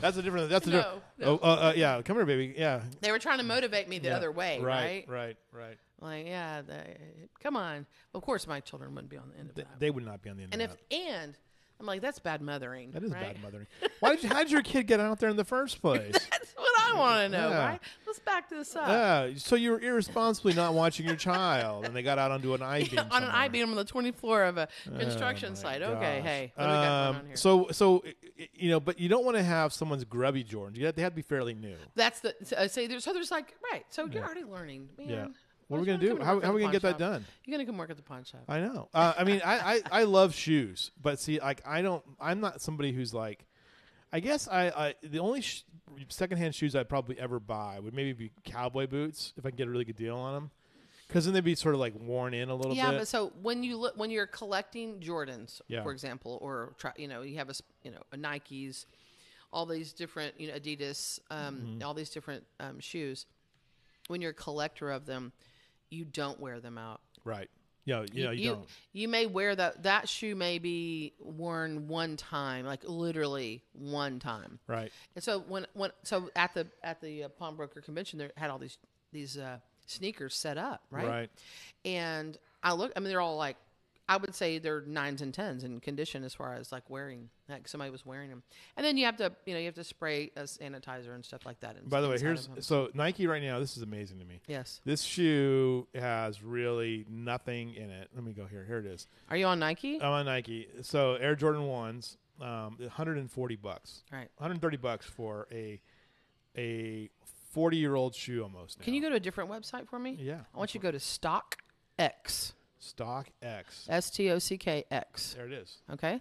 that's a different. That's a No, different. Oh, uh, uh, yeah, come here, baby. Yeah, they were trying to motivate me the yeah. other way, right, right, right. Like, yeah, they, come on. Of course, my children wouldn't be on the end of They, that. they would not be on the And internet. if and I'm like, that's bad mothering. that is right? bad mothering. Why did you, how did your kid get out there in the first place? That's what I want to know. Yeah. Right? Let's back this up. yeah, so you were irresponsibly not watching your child, and they got out onto an I beam on an I beam on the 20th floor of a construction Oh my site. Okay, gosh. hey, what do we got going Um, on here? So, so i- i- you know, but you don't want to have someone's grubby Jordans. You have, they have to be fairly new. that's the so, uh, say. There's so there's like right. So you're already learning, man. Yeah. What Why are we don't gonna do? you come and How, work at how are we the gonna get pawn that shop? done? You're gonna come work at the pawn shop. I know. Uh, I mean, I, I I love shoes, but see, like I don't. I'm not somebody who's like. I guess I, I the only sh- secondhand shoes I'd probably ever buy would maybe be cowboy boots if I can get a really good deal on them, because then they'd be sort of like worn in a little yeah, bit. but so when you look when you're collecting Jordans, Yeah. for example, or try, you know you have a s- you know a Nikes, all these different you know Adidas, um, Mm-hmm. all these different um, shoes. When you're a collector of them, you don't wear them out. right. Yeah. You, know, you, don't. you may wear that that shoe may be worn one time, like literally one time. Right. And so when when so at the at the uh, pawnbroker convention, they had all these these uh, sneakers set up, right? Right. And I look, I mean, they're all like, I would say they're nines and tens in condition as far as like wearing, like somebody was wearing them. And then you have to, you know, you have to spray a sanitizer and stuff like that. ins- By the way, inside here's of 'em. so Nike right now. This is amazing to me. yes. This shoe has really nothing in it. Let me go here. Here it is. Are you on Nike? I'm on Nike. So Air Jordan ones, um, 140 bucks. Right. 130 bucks for a a 40 year old shoe almost. Now. Can you go to a different website for me? Yeah. I want you to go Oh. to Stock X, Stock X. S T O C K X. There it is. Okay.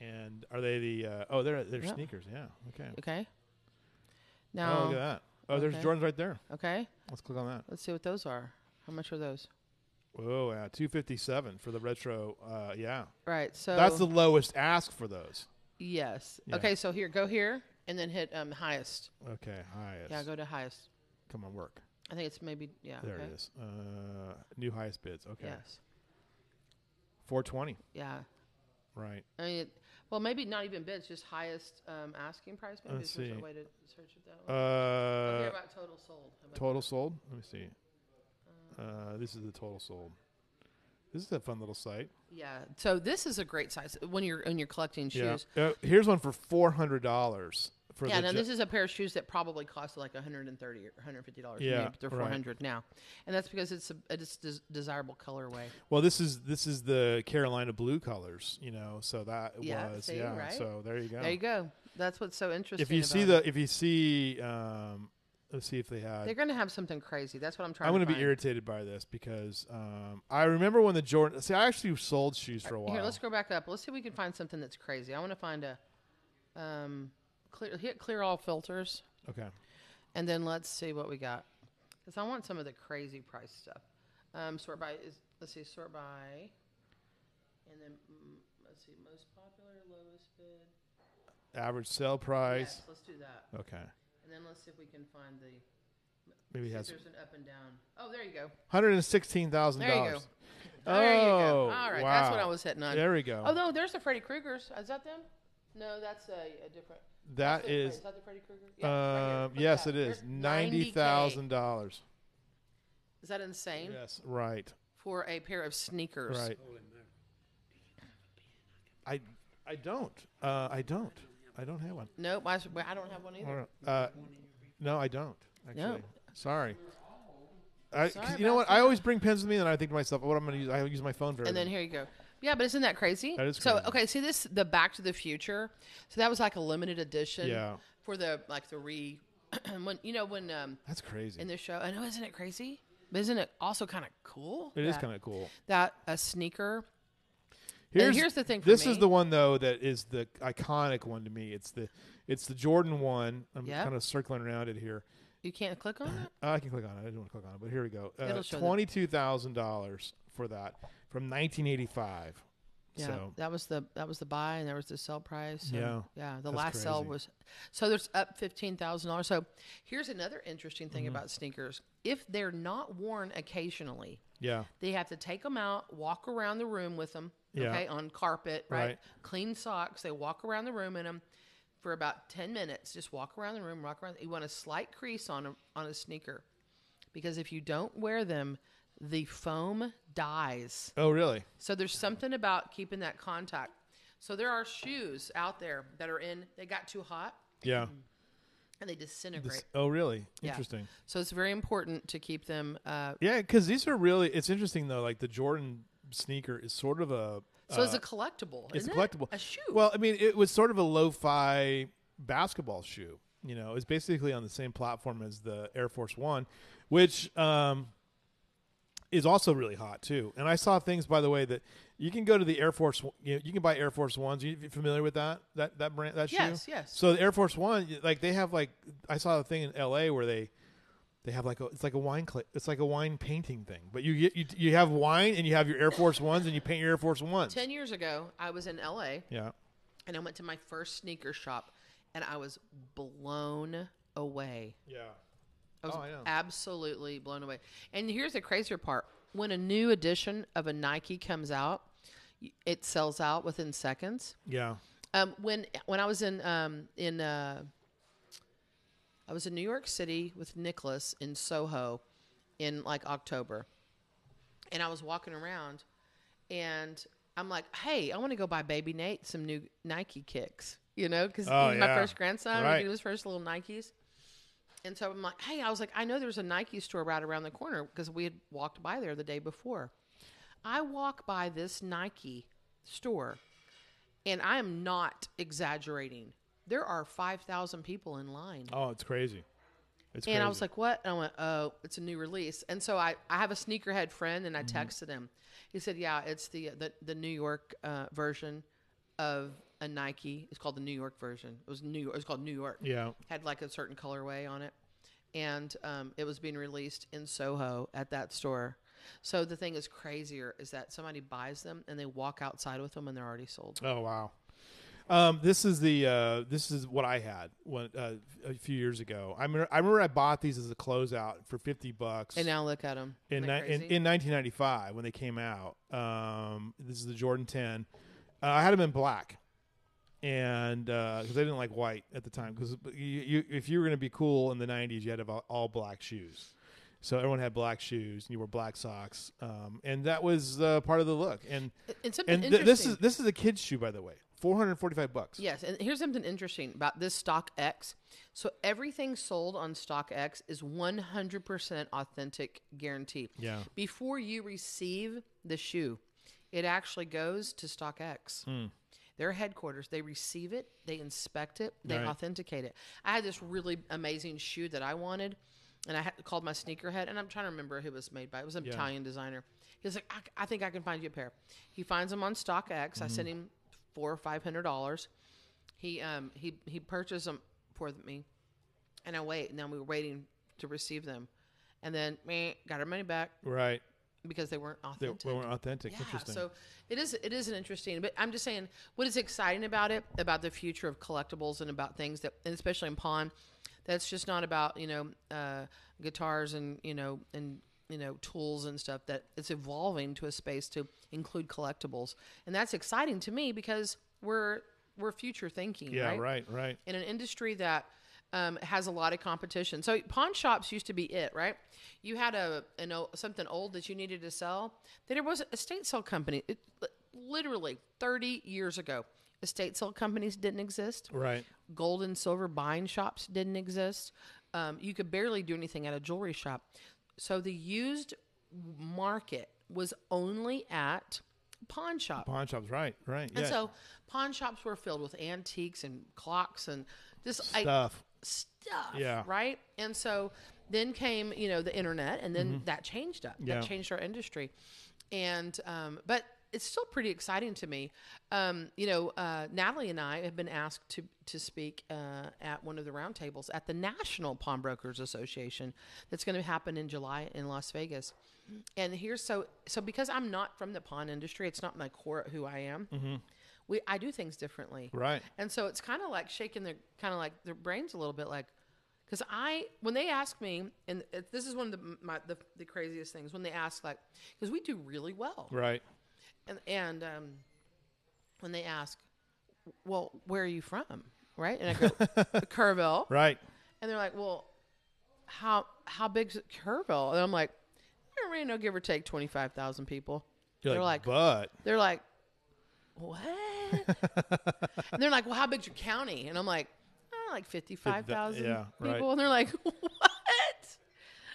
And are they the? Uh, oh, they're they're Yeah. sneakers. Yeah. Okay. Okay. Oh, Now, look at that. Oh, there's okay. Jordans right there. okay. Let's click on that. Let's see what those are. How much are those? Oh, yeah, 257 for the retro. Uh, yeah, Right. So that's the lowest ask for those. yes. Yeah. Okay. So here, go here, and then hit um highest. Okay, highest. Yeah, go to highest. Come on, work. I think it's maybe yeah. There okay. it is. Uh, new highest bids. Okay, Yes. 420. Yeah. Right. I mean, it, well, maybe not even bids, just highest um, asking price. Maybe Let's there's see. a way to search it that way. Don't care Uh, about total sold. How about total sold. Let me see. Uh, this is the total sold. This is a fun little site. that? Yeah. So this is a great size when you're when you're collecting shoes. Uh, here's one for four hundred dollars for yeah, the. now ju- this is a pair of shoes that probably cost like 130 or 150 dollars. Yeah, maybe they're right. 400 now, and that's because it's a it's des- desirable colorway. well, this is this is the Carolina blue colors. You know, so that Yeah, was see, yeah. right? So there you go. There you go. That's what's so interesting. if you see about it. the if you see um, Let's see if they had. They're going to have something crazy. That's what I'm trying I'm to going to be find. irritated by this because um, I remember when the Jordan. See, I actually sold shoes for a while. Here, let's go back up. Let's see if we can find something that's crazy. I want to find a um, clear, hit clear all filters, okay. and then let's see what we got. Because I want some of the crazy price stuff. Um, sort by is let's see, sort by, and then mm, let's see, most popular, lowest bid. Average sale price. Yes, let's do that, Okay. and then let's see if we can find the. Maybe see he if has there's an up and down. Oh, there you go. hundred and sixteen thousand There you go. dollars. there you go. Oh, All right, that's what wow. I was hitting on. There we go. Oh no, there's the Freddy Krueger's. Is that them? No, that's a, a different. that Wait, wait, is. that the Freddy Krueger? Yeah, right here. Um, Look yes, at it that. is There's ninety 90K. thousand dollars. Is that insane Yes, right, for a pair of sneakers? right. I, I don't. Uh, I don't. I don't have one. Nope, I, s- well, I don't have one either. Uh, no, I don't. Actually, No. sorry. I, 'cause Sorry you know about what? I always bring pens with me, and I think to myself, "What I'm going to use? I use my phone version." And then here you go. Yeah, but isn't that crazy? That is So crazy. okay, see this the Back to the Future. So that was like a limited edition. Yeah. For the like the re, when you know when um That's crazy. in the show. I know, isn't it crazy? But isn't it also kind of cool? It is that- kind of cool. that a sneaker. And here's the thing for this is me. the one though that is the iconic one to me. It's the it's the Jordan one. I'm Yep. kind of circling around it here. You can't click on it. Uh, I can click on it. I didn't want to click on it, but here we go. Uh, It'll show the- Twenty two thousand dollars for that from 1985. Yeah, So that was the that was the buy, and there was the sell price. and- Yeah, yeah. The that's last sell crazy. was so there's up fifteen thousand dollars. So here's another interesting Mm-hmm. thing about sneakers: if they're not worn occasionally, yeah, they have to take them out, walk around the room with them. Yeah. Okay, on carpet, right? Right. Clean socks. They walk around the room in them for about ten minutes. Just walk around the room, walk around. You want a slight crease on a on a sneaker, because if you don't wear them, the foam dies. Oh really? So there's something about keeping that contact. So there are shoes out there that are in they got too hot Yeah. and they disintegrate. This- oh really? Mm-hmm. Yeah. Interesting. So it's very important to keep them. Uh, Yeah, because these are really. It's interesting though. Like the Jordan sneaker is sort of a. so it's uh, a collectible. it's isn't it? collectible. A shoe. Well, I mean, it was sort of a lo-fi basketball shoe. You know, it's basically on the same platform as the Air Force One, which um, is also really hot too. And I saw things, by the way, that you can go to the Air Force. You, know, you can buy Air Force Ones. You, you familiar with that? That that brand? That Yes, shoe? yes. So the Air Force One, you- like they have like I saw a thing in L.A. where they. They have like a it's like a wine cla it's like a wine painting thing, but you get you, you have wine and you have your Air Force ones and you paint your Air Force ones. ten years ago, I was in LA Yeah, and I went to my first sneaker shop, and I was blown away. yeah. I was Oh, I know. absolutely blown away. And here's the crazier part: when a new edition of a Nike comes out, y- it sells out within seconds. Yeah. Um, when when I was in um, in uh, I was in New York City with Nicholas in Soho in like October, and I was walking around, and I'm like, hey, I want to go buy Baby Nate some new Nike kicks, you know, because Oh, my yeah. first grandson, Right. we do his first little Nikes. And so I'm like, hey, I was like, I know there's a Nike store right around the corner because we had walked by there the day before. I walk by this Nike store, and I am not exaggerating. There are 5,000 people in line. Oh, it's crazy. It's and I was like, what? And I went, oh, it's a new release. And so I, I have a sneakerhead friend, and I texted him. He said, yeah, it's the, the, the New York uh, version of a Nike. It's called the New York version. It was New York. It was called New York yeah. had like a certain colorway on it, and um, it was being released in Soho at that store. So the thing is crazier is that somebody buys them and they walk outside with them and they're already sold. Oh wow. Um, this is the uh, this is what I had when, uh, a few years ago. I remember, I remember I bought these as a closeout for fifty bucks And now look at them. in, ni- in, in 1995 when they came out. Um, this is the Jordan 10. Uh, I had them in black, and because I didn't like white at the time, because you, you, if you were going to be cool in the 90s, you had to have all, all black shoes. So everyone had black shoes, and you wore black socks, um, and that was uh, part of the look. And and something and th- interesting. this is this is a kid's shoe, by the way, 445 bucks. Yes, and here's something interesting about this Stock X. So everything sold on Stock X is 100% authentic guarantee. Yeah. Hmm. Before you receive the shoe, it actually goes to Stock X. Their headquarters, they receive it, they inspect it, they Right. authenticate it. I had this really amazing shoe that I wanted, and I had, called my sneakerhead, and I'm trying to remember who it was made by. It was an Yeah. Italian designer. He was like, I, I think I can find you a pair. He finds them on StockX. I sent Mm-hmm. him four or five hundred dollars. He um he he purchased them for me, and I wait. And then we were waiting to receive them, and then meh, got our money back Right. because they weren't They, authentic. they weren't authentic. yeah, Interesting. so it is it is an interesting. But I'm just saying, what is exciting about it, about the future of collectibles and about things that, and especially in pawn, that's just not about you know uh, guitars and you know and you know tools and stuff. That it's evolving to a space to include collectibles, and that's exciting to me because we're we're future thinking. yeah, right right, right. in an industry that um, has a lot of competition. So pawn shops used to be it, right? You had a an, o- something old that you needed to sell. Then there was an estate sale company. It, li- literally 30 years ago, estate sale companies didn't exist. Right. Gold and silver buying shops didn't exist. Um, you could barely do anything at a jewelry shop. So the used market was only at pawn shops. Pawn shops, right, right. Yeah. And so pawn shops were filled with antiques and clocks and just I- Stuff. stuff. Yeah. Right. And so then came, you know, the internet and then that changed up. Mm-hmm. Yeah. That changed our industry. And um, but it's still pretty exciting to me. Um, you know, uh, Natalie and I have been asked to to speak uh, at one of the roundtables at the National Pawnbrokers Association that's going to happen in July in Las Vegas. And here's so so because I'm not from the pawn industry, it's not my core who I am. Mm-hmm. We I do things differently. right. And so it's kind of like shaking their kind of like their brains a little bit, like because I when they ask me, and it- this is one of the my, the, the craziest things when they ask like because we do really well, Right. and and um, when they ask, well, where are you from, right? And I go Kerrville, Right. and they're like, well, how how big's Kerrville? And I'm like, I don't really know, give or take twenty five thousand people. You're They're like, like, but They're like, what? and they're like, well, how big's your county? And I'm like, oh, like 55,000 Yeah, right. people. And they're like, what?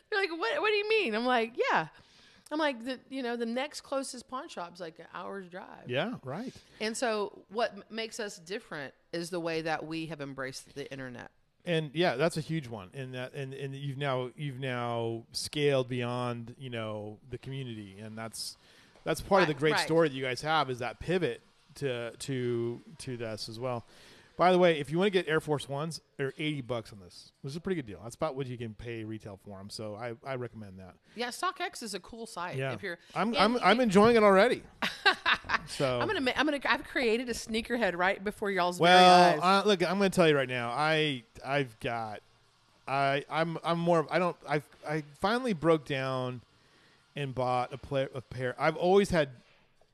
They're like, what, what do you mean? I'm like, yeah. I'm like, the, you know, the next closest pawn shop's like an hour's drive. yeah, right. And so what m- makes us different is the way that we have embraced the internet. and yeah, that's a huge one. And that and and you've now you've now scaled beyond you know the community, and that's that's part of the Right, great right. story that you guys have is that pivot to to to this as well. By the way, if you want to get Air Force Ones, they're eighty bucks on this. This is a pretty good deal. That's about what you can pay retail for them. So I, I recommend that. Yeah, StockX is a cool site. Yeah, If you're, I'm and I'm, you I'm enjoying it already. so I'm gonna, ma- I'm gonna, I've created a sneakerhead right before y'all's very eyes. Well, uh, look, I'm going to tell you right now. I I've got I I'm I'm more of I don't I I finally broke down and bought a, pla a pair. I've always had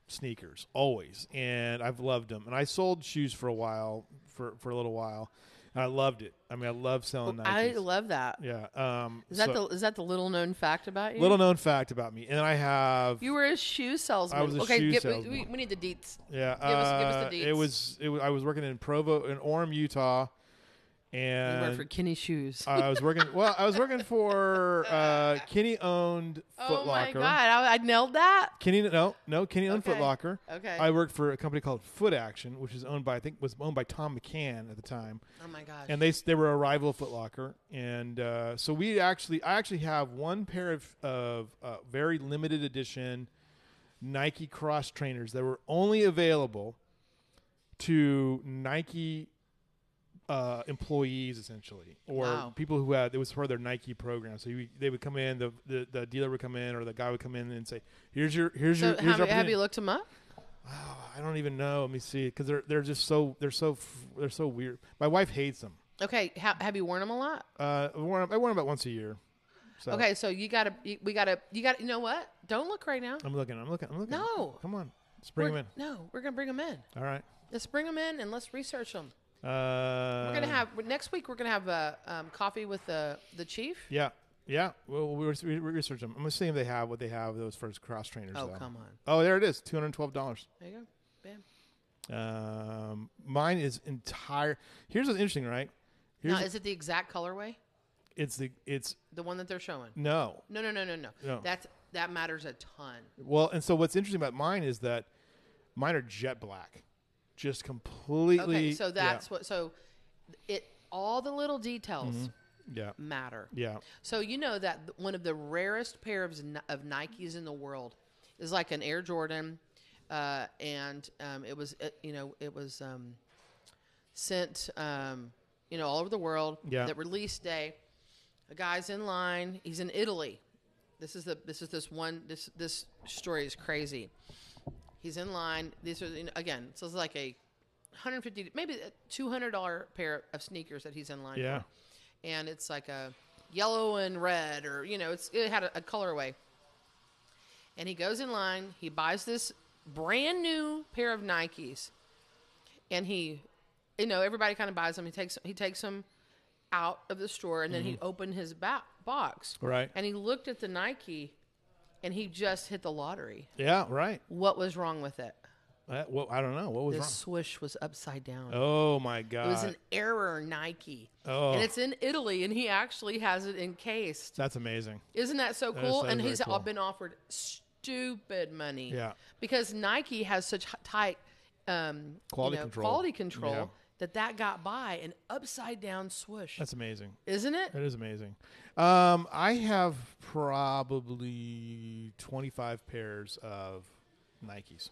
sneakers, always, and I've loved them. And I sold shoes for a while for for a little while, and I loved it. I mean, I love selling I Nikes. love that. yeah. Um, Is that so- the is that the little known fact about you? little known fact about me? And I have You were a shoe salesman. I was a okay, shoe get, salesman. We, we, we need the deets. Yeah, us- give us the uh, It deets. was, it was I was working in Provo in Orem, Utah, You and work for Kenny Shoes. I was working. Well, I was working for uh, Kenny owned Foot oh my Locker. god, I, I nailed that. Kenny, no, no, Kenny owned Foot Okay. Locker. Okay. I worked for a company called Foot Action, which is owned by I think was owned by Tom McCann at the time, oh my gosh. and they they were a rival of Foot Locker, and uh, so we actually I actually have one pair of of uh, very limited edition Nike Cross trainers that were only available to Nike uh, employees essentially, or Wow. people who had it was part of their Nike program. So you, they would come in, the, the the dealer would come in, or the guy would come in and say, "Here's your here's so your here's have, your have opportunity." you looked him up? Oh, I don't even know. Let me see, because they're they're just so they're so f- they're so weird. My wife hates them. Okay, ha- have you worn him a lot? Uh, I wear 'em- I wear them about once a year. So Okay, so you gotta, you, we gotta, you gotta. You know what? Don't look right now. I'm looking. I'm looking. I'm looking. No. come on, let's Uh, bring We're- them in. No, we're gonna bring him in. All right. Let's bring him in and let's research him. Uh, We're gonna have next week. We're gonna have a um, coffee with the the chief. Yeah, yeah. Well, we we research them. I'm gonna see if they have what they have those first cross trainers. Oh though. come on, Oh, there it is. Two hundred twelve dollars. there you go, bam. Um, mine is entire. Here's what's interesting, right? Here's Now, is it the exact colorway? it's the it's The one that they're showing? no. No, no, no, no, no. No. That's that matters a ton. Well, and so what's interesting about mine is that mine are jet black, just completely. Okay, so that's what. So it all the little details yeah, matter. yeah, So you know that th- one of the rarest pairs of Ni- of Nikes in the world is like an Air Jordan, uh, and um, it was uh, you know it was um, sent um, you know all over the world. Yeah. That release day, a guy's in line. He's in Italy. This is the this is this one this this story is crazy. He's in line. These are you know, again. So it's like a 150 maybe a 200 dollar pair of sneakers that he's in line. yeah, For and it's like a yellow and red or you know it's it had a, a colorway and he goes in line he buys this brand new pair of nikes and he you know everybody kind of buys them he takes he takes them out of the store and then he opened his ba- box Mm-hmm. Right. and he looked at the nike and he just hit the lottery yeah. Right. what was wrong with it Uh, well, I don't know what was the swish was upside down wrong. Oh my it was god, an error nike Oh. and it's in italy and he actually has it encased that's amazing. Isn't that so is- cool? that is and very he's cool. been offered stupid money. Yeah. Because Nike has such h- tight um, Quality you know, control. Quality control Yeah. that that got by an upside down swoosh. That's amazing. Isn't it? That is amazing. Um, I have probably 25 pairs of Nikes.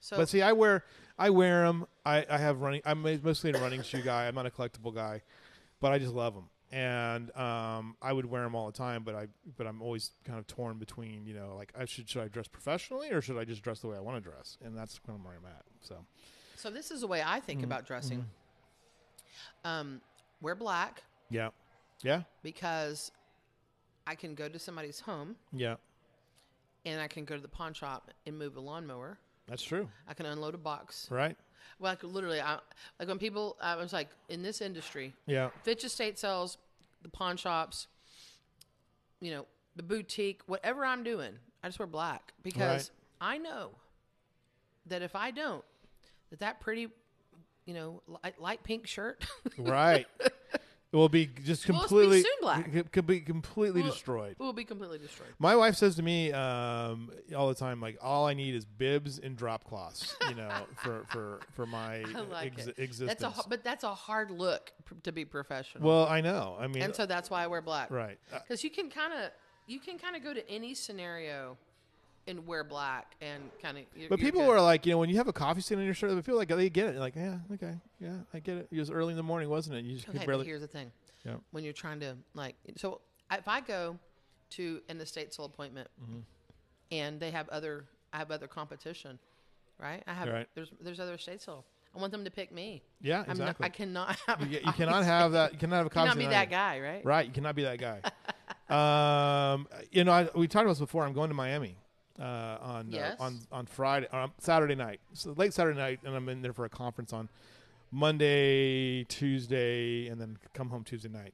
So But see, I wear I wear them. I, I have running. I'm mostly a running shoe guy. I'm not a collectible guy, but I just love them. And um, I would wear them all the time. But I but I'm always kind of torn between you know like I should should I dress professionally or should I just dress the way I want to dress? And that's kind of where I'm at. So so this is the way I Mm-hmm. think about dressing. Um, wear black yeah, yeah, because I can go to somebody's home yeah. and I can go to the pawn shop and move a lawnmower. That's true, I can unload a box. right? Well, like literally, I, like when people, I was like, in this industry, Yeah, Fitch Estate sells, the pawn shops, you know, the boutique, whatever I'm doing, I just wear black because I know that if I don't, that that pretty, you know, light, light pink shirt right. It will be just Well, it's be completely soon black. c- Could be completely Well, destroyed. will be completely destroyed. My wife says to me um, all the time, like, all I need is bibs and drop cloths, you know, for for for my I like ex- it. existence. That's a, h- but that's a hard look pr- to be professional, well, I know. I mean, and so that's why I wear black. right? Uh, because you can kind of you can kind of go to any scenario and wear black and kind of. but people are like, you know, when you have a coffee stain on your shirt, they feel like they get it. Like, yeah, okay, yeah, I get it. It was early in the morning, wasn't it? You just Okay, could but barely. here's the thing. Yeah. When you're trying to like, so if I go to an estate sale appointment, Mm-hmm. and they have other, I have other competition, right? I have Right. there's there's other estate sale. I want them to pick me. Yeah, I'm not, exactly. I cannot. Have you, you cannot have that. You cannot have a coffee. Cannot stain be on that your- guy, right? Right, you cannot be that guy. um, you know, I, we talked about this before. I'm going to Miami uh, on Yes. uh, on on Friday, on Saturday night, so late Saturday night, and I'm in there for a conference on Monday, Tuesday, and then come home Tuesday night.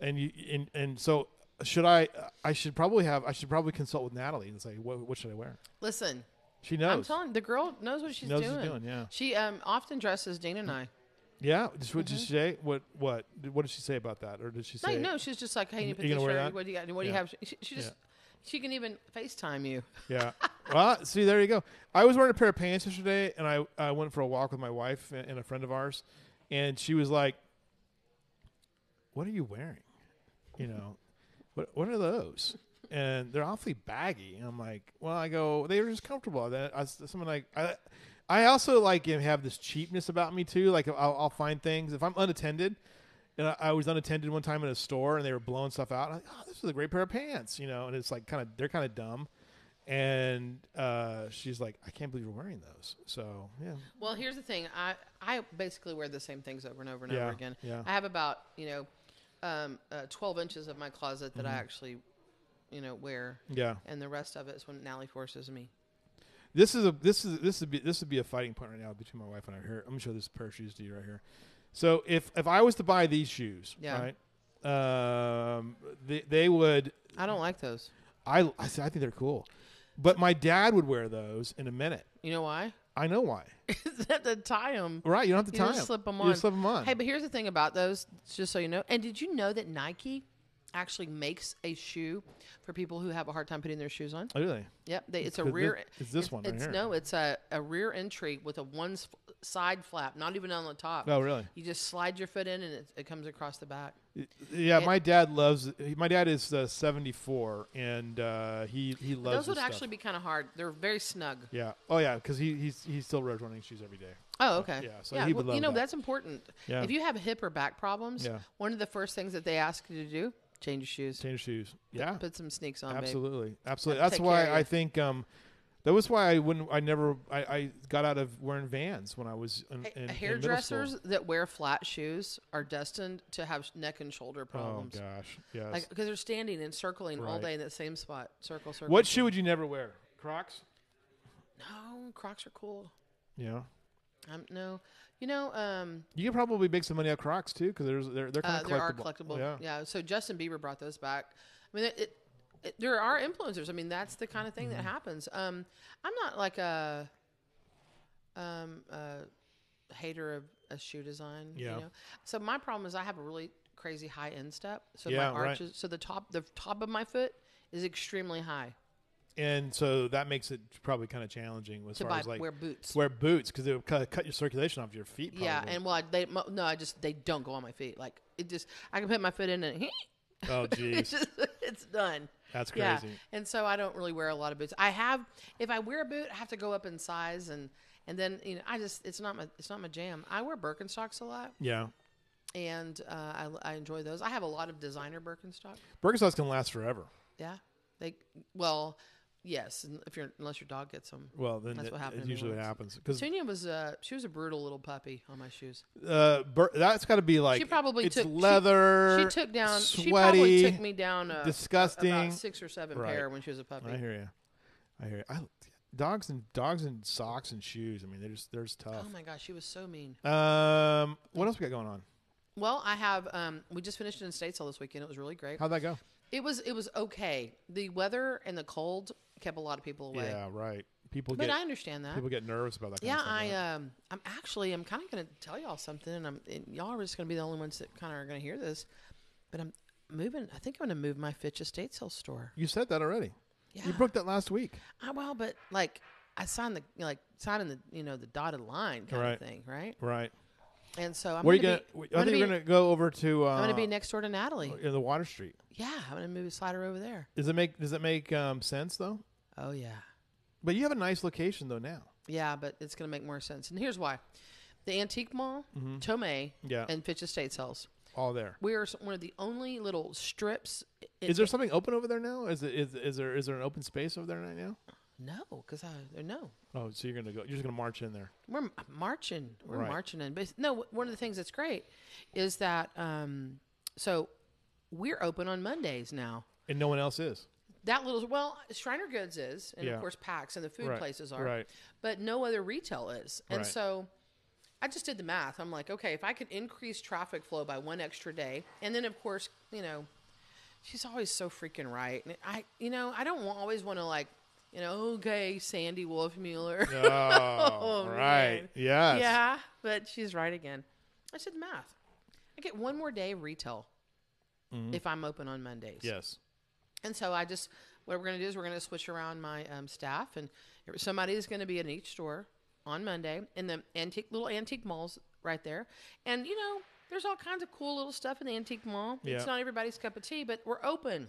And you and and so should I? I should probably have. I should probably consult with Natalie and say what, what should I wear. Listen, She knows. I'm telling you, the girl knows what she's knows doing. what she's doing, yeah. Mm-hmm. She um often dresses Dean and I. yeah. Just what did she say? What what what did she say about that? Or did she say? Like, no, she's just like, hey, Mm-hmm. you You put this gonna wear shirt. that? What do you got? What do you Yeah. have? She, she just, she can even FaceTime you. Yeah. Well, see, there you go. I was wearing a pair of pants yesterday, and I, I went for a walk with my wife and, and a friend of ours, and she was like, "What are you wearing? You know, what what are those?" And they're awfully baggy. And I'm like, "Well, I go, they were just comfortable." That I, someone like I. I also like you know, have this cheapness about me too. Like I'll, I'll find things if I'm unattended, and I, I was unattended one time in a store, and they were blowing stuff out. And I'm like, oh, this is a great pair of pants, you know. And it's like kind of they're kind of dumb, and uh, she's like, I can't believe you're wearing those. So yeah, Well, here's the thing. I I basically wear the same things over and over and Yeah, over again. yeah. I have about you know, um, uh, 12 inches of my closet that I Mm-hmm. actually, you know, wear, yeah. and the rest of it is when Nally forces me. This is a this is this would be this would be a fighting point right now between my wife and I. Here, I'm gonna show this pair of shoes to you right here. So if if I was to buy these shoes, Yeah. right, um, they they would. I don't like those. I I said, I think they're cool, but my dad would wear those in a minute. You know why? I know why. Is that to tie them. Right, you don't have to You tie just 'em. slip 'em You on. just slip them on. Hey, but here's the thing about those, just so you know. And did you know that Nike actually makes a shoe for people who have a hard time putting their shoes on. Oh, really? Yep, they, it's a Th- thi- rear. it's this it's, one right it's- here. No, it's a, a rear entry with a one s- side flap, not even on the top. Oh, really? You just slide your foot in and it, it comes across the back. Yeah, It- my dad loves. My dad is uh, seventy four, and uh, he he loves. Those would this actually stuff. be kind of hard. They're very snug. Yeah. Oh yeah, because he he's, he still wears running shoes every day. Oh, okay. yeah, so he would well, you love know that. that's important. Yeah. If you have hip or back problems, Yeah. one of the first things that they ask you to do change your shoes, Change shoes. Yeah. put some sneaks on, babe. Absolutely, absolutely. Gotta That's take care why of I you. think um, that was why I wouldn't. I never. I, I got out of wearing Vans when I was in, in- in, middle school. hairdressers that wear flat shoes are destined to have sh- neck and shoulder Oh problems. gosh, yes. Like uh, because they're standing and circling all Right. day in that same spot, circle, circle. what shoe would you never wear? Crocs. No, Crocs are cool. Yeah, Um, no, you know, um, you could probably make some money out of Crocs too, because there's they're they're uh, kind of there are collectible. collectible. Yeah. Yeah. So Justin Bieber brought those back. I mean, it, it, it, there are influencers. I mean, that's the kind of thing Mm-hmm. that happens. Um, I'm not like a, um, a hater of a shoe design. Yeah. You know? So my problem is I have a really crazy high end step. So Yeah, my right. arches, so the top, the top of my foot is extremely high and so that makes it probably kind of challenging as to far buy as like wear boots. wear boots because it would kind of cut your circulation off your feet. Probably. yeah, and well, I, they mo- no, I just they don't go on my feet. Like it just, I can put my foot in and oh it's geez, just, it's done. that's crazy. Yeah. And so I don't really wear a lot of boots. I have if I wear a boot, I have to go up in size and and then you know I just it's not my it's not my jam. I wear Birkenstocks a lot Yeah, and uh, I I enjoy those. I have a lot of designer Birkenstock. Birkenstocks can last forever. Yeah. They well, yes, n- if you're unless your dog gets them. Well, then That's it, what it happened to me usually once. happens because Tunia was uh she was a brutal little puppy on my shoes. uh, bur- that's got to be like probably it's took- she- leather. She took down sweaty. she probably took me down uh, disgusting. about 6 or 7 Right. pair when she was a puppy. I hear you. I hear you. I, dogs and dogs and socks and shoes. I mean, they're just they're just tough. Oh my gosh, she was so mean. Um, what else we got going on? Well, I have. Um, we just finished in Statesville this weekend. It was really great. How'd that go? It was it was okay. The weather and the cold kept a lot of people away. Yeah, right. People but get I understand that. people get nervous about that. Yeah, kind of stuff, I right? um, I'm actually I'm kind of going to tell y'all something, and I'm and y'all are just going to be the only ones that kind of are going to hear this. But I'm moving. I think I'm going to move my Fitch Estates Hill store. you said that already. Yeah. You booked that last week. I, well, but like I signed the like signing the you know the dotted line kind Right. of thing, right? Right. And so I'm Where you gonna gonna? be- w- I'm I think gonna you're be- gonna go over to. Uh, oh, I'm going to be next door to Natalie. in the Water Street. Yeah, I'm going to move a slider over there. Does it make Does it make um, sense though? Oh yeah. But you have a nice location though now. Yeah, but it's going to make more sense. And here's why: the Antique Mall, Tomei, Mm-hmm. Yeah. and Fitch Estate Sales. all there. We are s- one of the only little strips. Is there something open over there now? Is it is is there is there an open space over there right now? no? Because I no. Oh, so you're gonna go? You're just gonna march in there? We're m- marching. We're Right. marching in. But it's- no, one of the things that's great is that um, so we're open on Mondays now. And no one else is. That little well, Shriner Goods is, and Yeah. of course Pax and the food Right, places are, right. but no other retail is. And Right. so I just did the math. I'm like, okay, if I could increase traffic flow by one extra day, and then of course, you know, she's always so freaking right. And I, you know, I don't wa- always want to like, you know, okay, Sandy Wolfmuller. Oh, Oh, right. man. Yes. yeah, but she's right again. I did the math. I get one more day of retail Mm-hmm. if I'm open on Mondays. Yes. And so I just what we're going to do is we're going to switch around my um, staff, and somebody is going to be in each store on Monday in the antique little antique malls right there. And you know, there's all kinds of cool little stuff in the antique mall. Yeah. It's not everybody's cup of tea, but we're open.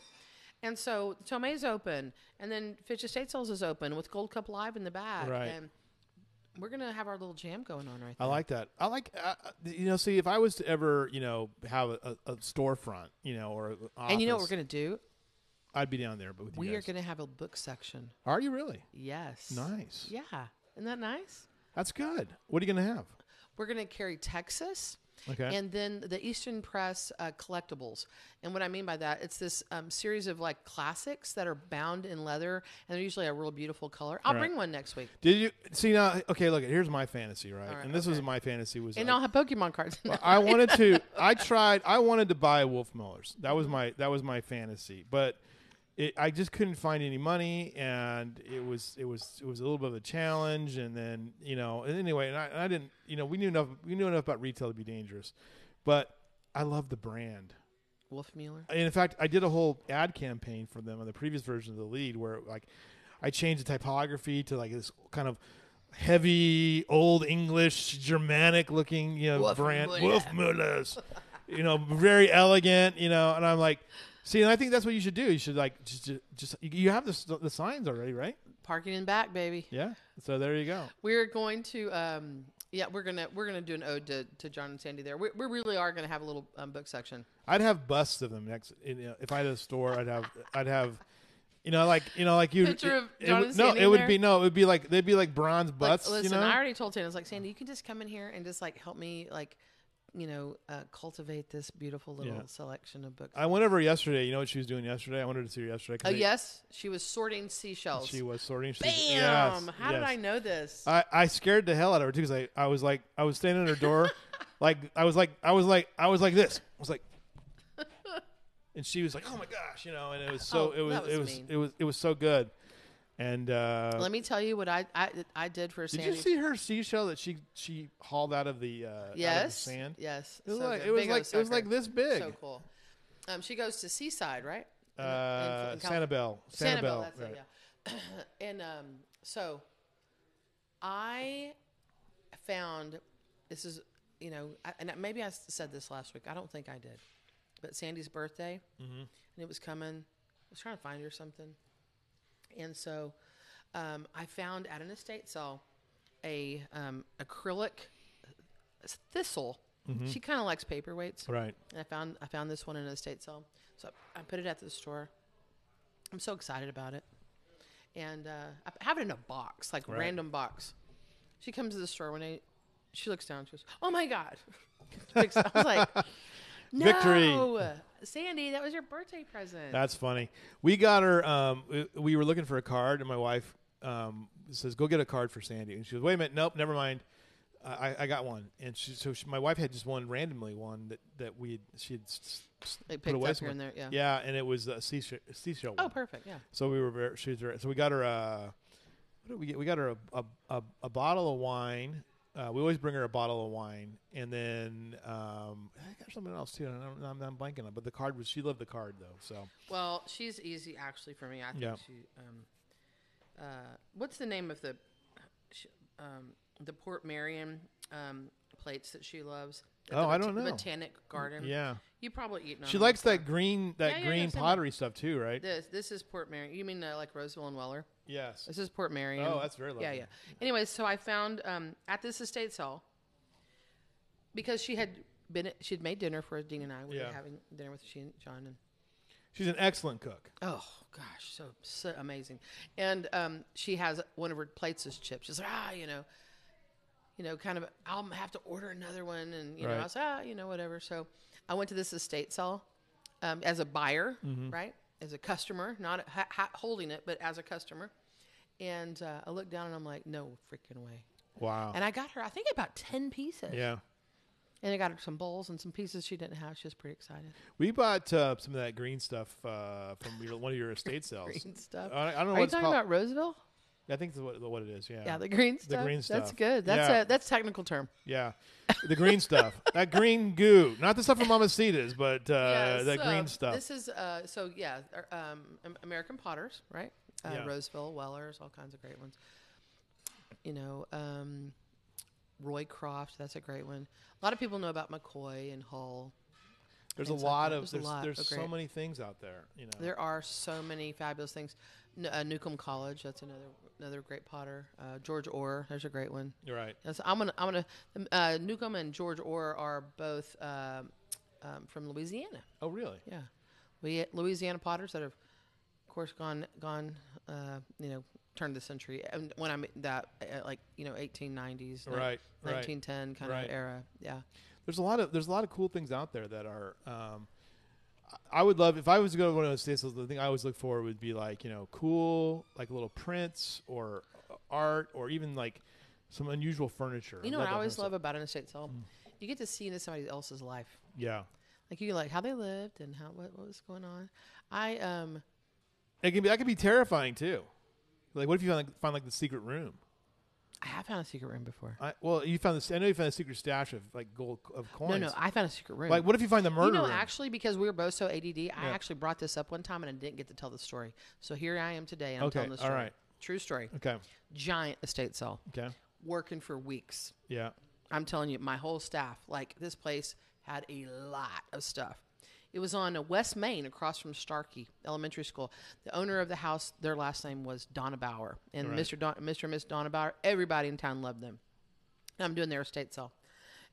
And so Tomei's open, and then Fitch Estate Sales is open with Gold Cup Live in the back. Right. And we're gonna have our little jam going on right I there. like that. I like, uh, uh, you know, see, if I was to ever, you know, have a, a, a storefront, you know, or an office, and you know what we're gonna do? I'd be down there, but with you We are guys. gonna have a book section. Are you really? Yes. Nice. Yeah. Isn't that nice? That's good. What are you going to have? We're going to carry Texas. Okay. And then the Eastern Press uh, collectibles. And what I mean by that, it's this um, series of like classics that are bound in leather and they're usually a real beautiful color. I'll Right. bring one next week. Did you see now? Okay, look, here's my fantasy, right? right, and this was my fantasy was And like- I'll have Pokemon cards. I wanted to. I tried. I wanted to buy Wolf Miller's. That was my. That was my fantasy. But it, I just couldn't find any money, and it was. It was. It was a little bit of a challenge. And then you know. And anyway, and I, and I didn't. You know, we knew enough. We knew enough about retail to be dangerous, but I love the brand. Wolf Mueller. And in fact, I did a whole ad campaign for them on the previous version of the lead where like I changed the typography to like this kind of heavy old English Germanic looking, you know, Wolf brand Mueller. Wolf Mullers. you know, very elegant, you know, and I'm like See, and I think that's what you should do. You should like just, just you- you have the the signs already, right? Parking in back, baby. Yeah. So there you go. We're going to, um, yeah, we're gonna we're gonna do an ode to, to John and Sandy there. We, we really are gonna have a little um, book section. I'd have busts of them next. In, uh, if I had a store, I'd have, I'd have, you know, like you know, like you. Picture of it John would- and no, Sandy it in would there? be no, it would be like they'd be like bronze butts. like, you listen, know, I already told Sandy, I was like, Sandy, you can just come in here and just like help me, like, you know, uh, cultivate this beautiful little Yeah. selection of books. I went over yesterday. You know what she was doing yesterday? I wanted to see her yesterday. 'cause oh they- yes, she was sorting seashells. she was sorting. She Bam! was- yes, How did yes. Uh, I know this? I, I scared the hell out of her too because I, I was like I was standing at her door, like I was like I was like I was like this. I was like, and she was like, "Oh my gosh," you know, and it was so Oh, it was that was it was mean. it was it was so good, and uh, Let me tell you what I I, I did for Did you Sandy. see her seashell that she she hauled out of the uh, out of the yes, sand? yes. It was so like good. it was Big O like it was sucker. like this big. So cool. Um, she goes to Seaside, right? In- in- uh, in Cali- Sanibel, Sanibel, Sanibel, that's right. it, yeah. and um, so I found this is, you know, I, and maybe I s- said this last week. I don't think I did. But Sandy's birthday, and it was coming. I was trying to find her something. And so um, I found at an estate sale a um, acrylic uh, thistle. She kind of likes paperweights. right. And I found I found this one in an estate sale, so I, I put it at the store. I'm so excited about it, and uh, I have it in a box, like Right. random box. She comes to the store one day. She looks down. She goes, "Oh my god!" I was like, "No, Victory. Sandy, that was your birthday present." That's funny. We got her. Um, we- we were looking for a card, and my wife um, says, "Go get a card for Sandy." And she goes, "Wait a minute, nope, never mind. I, I- I got one." And she, so she, my wife had just one randomly, one that that we had, she had s- s- They put picked away up here somewhere. and there, yeah. yeah, and it was a seashell. seashell oh, one. perfect. Yeah, So we were very, she was very, so we got her a what did we get? We got her a a, a, a bottle of wine. Uh, we always bring her a bottle of wine, and then um, I got something else too. And I'm, I'm, I'm blanking on, it, but the card was she loved the card though. So Well, she's easy actually for me. I think Yeah. she. Um, uh, what's the name of the sh- um, the Port Marion um, plates that she loves? at the Oh, I bota- don't the know. Botanic Garden. yeah, you probably eat. none she of them, likes so- that green that Yeah, yeah, yeah, green same one. pottery stuff too, right? This this is Port Marion. You mean uh, like Roseville and Weller? Yes. This is Port Marion. Oh, that's very Yeah, lovely. yeah. Anyway, so I found um, at this estate sale because she had been she'd made dinner for Dean and I. We Yeah. were having dinner with she and John and She's an excellent cook. Oh gosh, so so amazing. And um, she has one of her plates is chipped. She's like, ah, you know, you know, kind of. I'll have to order another one, and you know, Right. I was ah, you know, whatever. So I went to this estate sale um, as a buyer, Mm-hmm. right, as a customer, not ha- ha- holding it, but as a customer. And uh, I looked down and I'm like, no freaking way. Wow. And I got her, I think about ten pieces. yeah. And I got her some bowls and some pieces she didn't have. She was pretty excited. We bought uh, some of that green stuff uh, from your, one of your estate sales. Green stuff. I, I don't know Are what you it's talking called. about Roseville? I think that's what, what it is. Yeah, the green stuff. green That's stuff. good. That's Yeah. a that's technical term. Yeah, the green stuff, that green goo, not the stuff from Mama Cita's, but uh, that green stuff. This is uh, so yeah, er, um, Am- American Potters, right? Uh, Yeah. Roseville, Wellers, all kinds of great ones. You know, um, Roy Croft. That's a great one. A lot of people know about McCoy and Hull. there's a things like lot that. of There's a there's, lot there's of so great- many things out there. You know, There are so many fabulous things. N- uh, Newcomb College. That's another another great Potter. Uh, George Orr. There's a great one. you're right. That's, I'm gonna, I'm gonna. um, Uh, Newcomb and George Orr are both um um, from Louisiana. Oh, really? Yeah, we Louisiana Potters that have, of course, gone gone. Uh, you know, turned the century. And when I'm that, uh, like you know, 1890s, nin- Right, right, 1910 kind right. of era. Yeah, There's a lot of there's a lot of cool things out there that are. Um, I- I would love if I was to go to one of those estate sales. The thing I always look for would be like you know cool like little prints or uh, art or even like some unusual furniture. you know what that I kind always of stuff. Hmm. love about an estate sale, you get to see into somebody else's life. Yeah, Like you like how they lived and how what, what was going on. I um it can be that could be terrifying too. Like, what if you find like, find like the secret room? I have found a secret room before. I, well, you found this. I know you found a secret stash of like gold of No, coins. no, I found a secret room. like, what if you find the murder? You know, room? actually, because we were both so ADD, I actually brought this up one time and I didn't get to tell the story. So here I am today, and I'm Okay, telling the all story. right. True story. okay. Giant estate sale, Okay. working for weeks. Yeah. I'm telling you, my whole staff, like this place had a lot of stuff. It was on uh, West Main across from Starkey Elementary School. The owner of the house, their last name was Donna Bauer. And Right. Mr. Don, Mr. and Miss Donna Bauer, everybody in town loved them. And I'm doing their estate sale.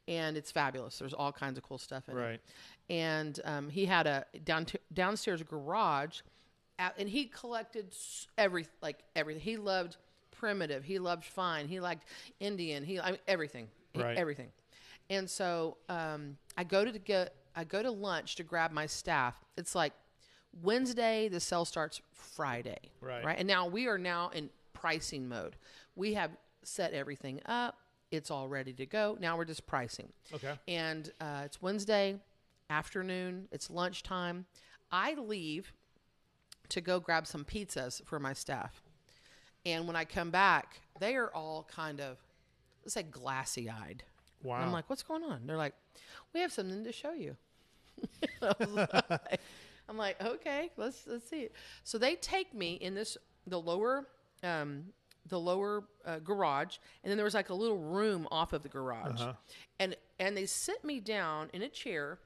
And it's fabulous. There's all kinds of cool stuff in it Right. and um, he had a down downstairs garage, at, and he collected s- every like everything. He loved primitive. He loved fine. He liked Indian. He I mean, everything, He- Right. everything. And so um, I go to get I go to lunch to grab my staff. It's like Wednesday. The sale starts Friday. Right. Right. And now we are now in pricing mode. We have set everything up. It's all ready to go. Now we're just pricing Okay. and uh, it's Wednesday afternoon. It's lunchtime. I leave to go grab some pizzas for my staff, and when I come back, they are all kind of let's say glassy eyed. Wow. I'm like, "What's going on?" They're like, "We have something to show you." I was like- I'm like, "Okay, let's let's see it." So they take me in this the lower. Um, the lower uh, garage, and then there was like a little room off of the garage, Uh-huh. and and they sit me down in a chair,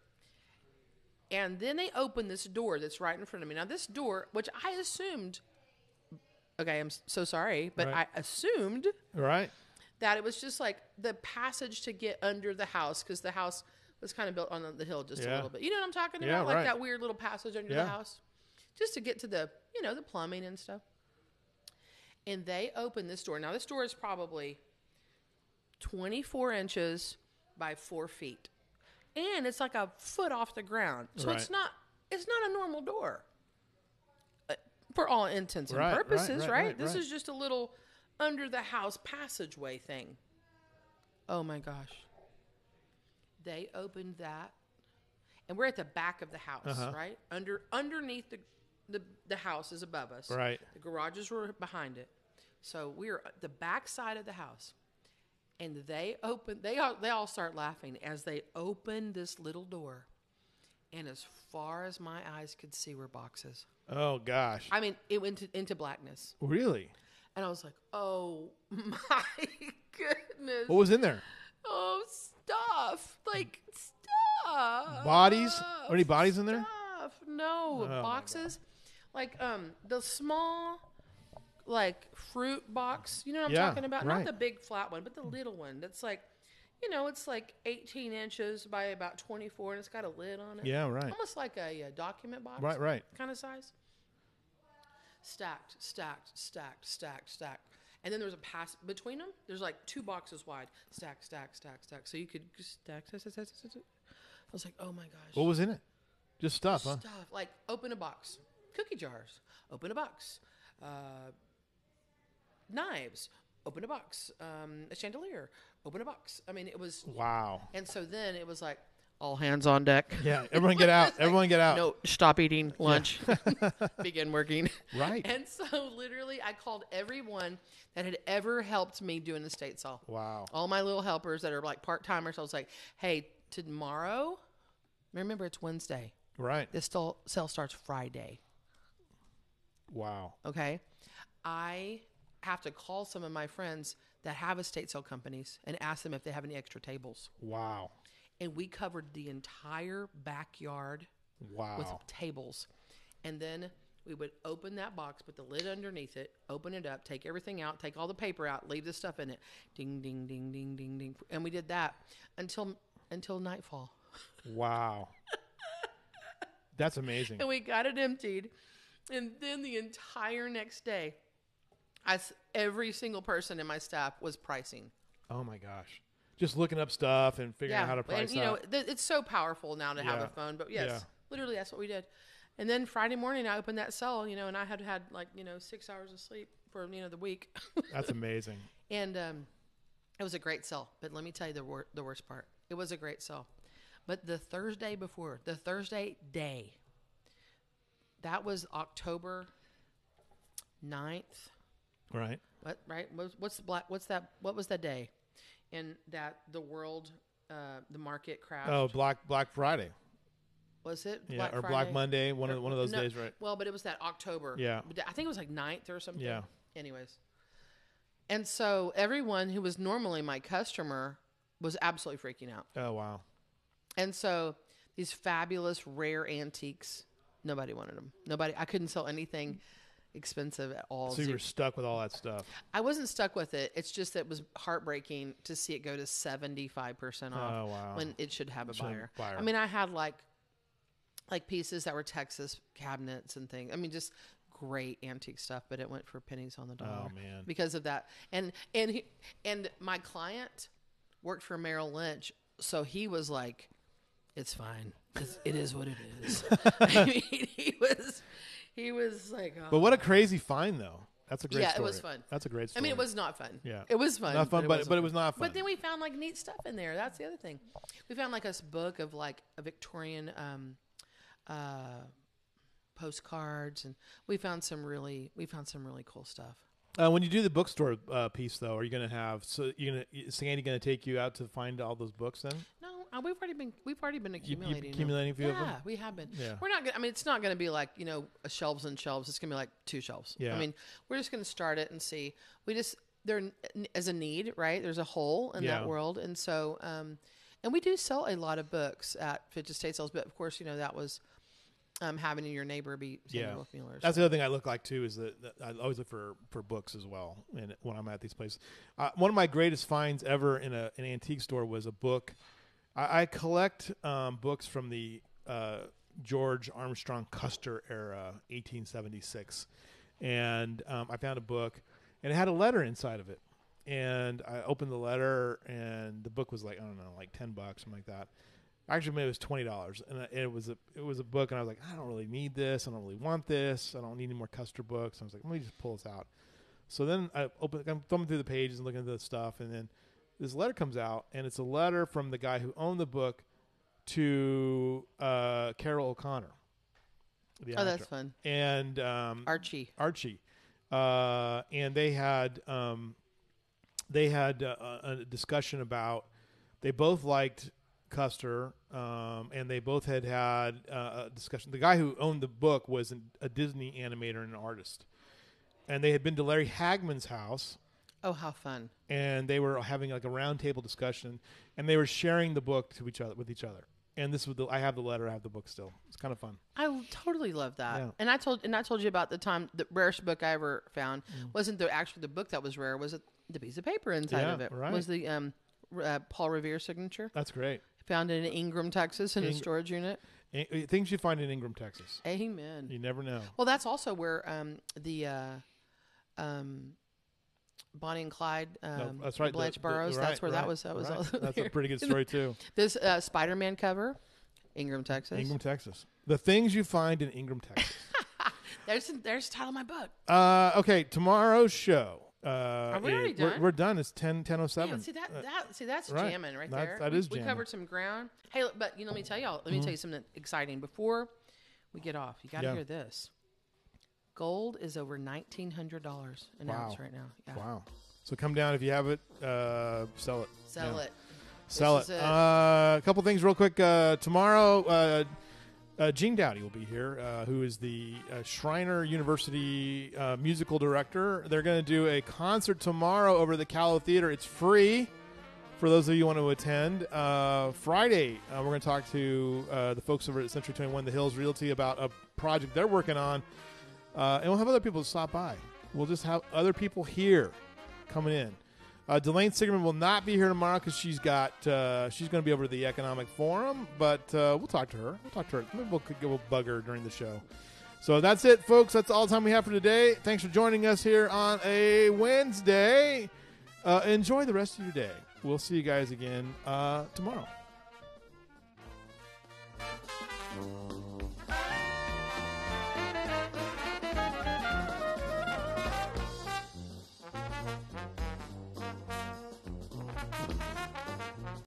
and then they open this door that's right in front of me. Now this door, which I assumed, okay, I'm s- so sorry, but Right. I assumed All right. that it was just like the passage to get under the house because the house was kind of built on the- the hill just a Yeah. little bit. You know what I'm talking Yeah, about? Like right. that weird little passage under Yeah. the house, just to get to the you know the plumbing and stuff. And they open this door. Now this door is probably 24 inches by four feet, and it's like a foot off the ground. So Right. it's not it's not a normal door uh, for all intents and Right, right, purposes, right, right? right, This right. is just a little under the house passageway thing. Oh my gosh. They opened that and we're at the back of the house, Uh-huh. right? Under underneath the, the the house is above us. Right. The garages were behind it. So we're at the back side of the house. And they open they all they all start laughing as they open this little door. And as far as my eyes could see were boxes. Oh gosh. I mean, it went to, into blackness. really? And I was like, oh my goodness. What was in there? Oh, stuff. Like, stuff. Bodies? Are any bodies in there? Oh Stuff. No. God. Boxes. Like, um, the small, like, fruit box. You know what I'm Yeah, talking about? right. Not the big flat one, but the little one that's like, you know, it's like 18 inches by about 24 and it's got a lid on it. Yeah. Right. Almost like a, uh document box Right. Right. kind of size. Stacked, stacked, stacked, stacked, stacked. And then there was a pass between them. There's like two boxes wide. Stack, stack, stack, stack. So you could just stack, stack, stack, stack, stack. stack. I was like, oh my gosh. What was in it? Just stuff, huh? Stuff like open a box, cookie jars, open a box, uh, knives, open a box, um, a chandelier, open a box. I mean, it was. Wow. And so then it was like all hands on deck. Yeah. Everyone get out. Everyone get out. No, stop eating lunch. Begin working. Right. And so literally I called everyone that had ever helped me do an estate sale. Wow. All my little helpers that are like part timers. I was like, hey, tomorrow, remember it's Wednesday. Right. This stall, sale starts Friday. Wow. Okay. I have to call some of my friends that have estate sale companies and ask them if they have any extra tables. Wow. And we covered the entire backyard with Wow. tables. And then we would open that box, put the lid underneath it, open it up, take everything out, take all the paper out, leave the stuff in it. Ding, ding, ding, ding, ding, ding. And we did that until until nightfall. Wow. That's amazing. And we got it emptied. And then the entire next day, I s every single person in my staff was pricing. Oh my gosh. Just looking up stuff and figuring out how to price and, you know, out. th- it's so powerful now to have Yeah. a phone. But yes, Yeah. literally, that's what we did. And then Friday morning, I opened that cell, you know, and I had had like you know six hours of sleep for you know the week, That's amazing. and um, it was a great sell. But let me tell you the wor- the worst part. It was a great sell, but the Thursday before, the Thursday day, that was October 9th, Right. What right? What's- What's the black? What's that? What was that day? And that the world, uh, the market crashed. Oh, Black Black Friday. was it? Yeah, or Black Friday? Monday. One Or- of one of those no, days, right? Well, but it was that October. Yeah. But I think it was like 9th or something. Yeah. Anyways. And so everyone who was normally my customer was absolutely freaking out. Oh wow. And so these fabulous rare antiques, nobody wanted them. Nobody I couldn't sell anything expensive at all. So you Zero. were stuck with all that stuff. I wasn't stuck with it. It's just that it was heartbreaking to see it go to 75% off Oh, wow. when it should have a Should have buyer. buyer. I mean, I had like like pieces that were Texas cabinets and things. I mean, just great antique stuff, but it went for pennies on the dollar. Oh, man. Because of that. And and he, and my client worked for Merrill Lynch, so he was like it's fine. It's, it is what it is. I mean, he was he was like oh, But what a crazy find, though. That's a great. Yeah, it story. was fun. That's a great I story. mean, it was not fun. Yeah. it was fun. not fun, but wasn't but it was not fun. But then we found like neat stuff in there. That's the other thing. We found like a s- book of like a Victorian um, uh, postcards, and we found some really we found some really cool stuff. uh, when you do the bookstore uh, piece, though, are you going to have so you're going to is Sandy going to take you out to find all those books? Then No, uh, we've already been we've already been you, you accumulating. them. accumulating a few yeah, of them. we have been. Yeah. We're not. Gonna, I mean, it's not going to be like you know a shelves and shelves. It's going to be like two shelves. Yeah. I mean, we're just going to start it and see. We just there n- as a need, right? There's a hole in Yeah. that world, and so um, and we do sell a lot of books at Fidget State Sales, but of course, you know that was um having your neighbor be Samuel Yeah. Wolfmuller. That's the other thing I look like too is that, that I always look for for books as well. And when I'm at these places, uh, one of my greatest finds ever in a, an antique store was a book. I, I collect um, books from the uh, George Armstrong Custer era, 1876, and um, I found a book, and it had a letter inside of it. And I opened the letter, and the book was like I don't know, like ten bucks, something like that. Actually, maybe it was twenty dollars, and I- it was a it was a book, and I was like, I don't really need this, I don't really want this, I don't need any more Custer books. I was like, let me just pull this out. So then I open, I'm thumbing through the pages and looking at the stuff, and then this letter comes out, and it's a letter from the guy who owned the book to uh, Carol O'Connor. the oh, actor. that's fun, and um, Archie. Archie, uh, and they had um, they had uh, a, a discussion about they both liked Custer, um, and they both had had uh, a discussion. The guy who owned the book was an, a Disney animator and an artist, and they had been to Larry Hagman's house, Oh, how fun! and they were having like a roundtable discussion, and they were sharing the book to each other with each other. And this was the, I have the letter, I have the book still. It's kind of fun. I l- totally love that. Yeah. And I told and I told you about the time the rarest book I ever found wasn't the actually the book that was rare was it the piece of paper inside Mm. Yeah, of it right. was the um r- uh, Paul Revere signature That's great. found in Ingram, Texas, in a Ing- storage unit. A- things you find in Ingram, Texas. Amen. You never know. Well, that's also where um the uh, um Bonnie and Clyde No, um, that's right. the- Blanche the- Burroughs. right, that's where right, that was. That was right. also That's there. a pretty good story too. This uh, Spider-Man cover, Ingram, Texas. Ingram, Texas. The things you find in Ingram, Texas. There's there's the title of my book. uh, okay, tomorrow's show. Uh, Are we already We're, done? we're done. It's 10, 10.07. Yeah, see that that see that's Uh, right. jamming right That's- there. that we, is We jamming. Mm-hmm. covered some ground. Hey, look, but you know, let me tell y'all. Let me tell you something exciting before we get off. You got to Yeah. hear this. Gold is over nineteen hundred dollars an ounce Wow. right now. Yeah. Wow. So come down if you have it. Uh, sell it. Sell Yeah. it. Sell is it. it. Uh, a couple things real quick. Uh, tomorrow, uh, uh, Gene Dowdy will be here, uh, who is the uh, Shriner University uh, musical director. They're going to do a concert tomorrow over at the Callow Theater. It's free for those of you who want to attend. Uh, Friday, uh, we're going to talk to uh, the folks over at Century 21 The Hills Realty about a project they're working on. Uh, and we'll have other people stop by. We'll just have other people here coming in. Uh, Delane Sigerman will not be here tomorrow because she's got uh, she's going to be over to the economic forum, but uh, we'll talk to her. We'll talk to her. Maybe we'll, we'll bug her during the show. So that's it, folks. That's all the time we have for today. Thanks for joining us here on a Wednesday. Uh, enjoy the rest of your day. We'll see you guys again uh, tomorrow.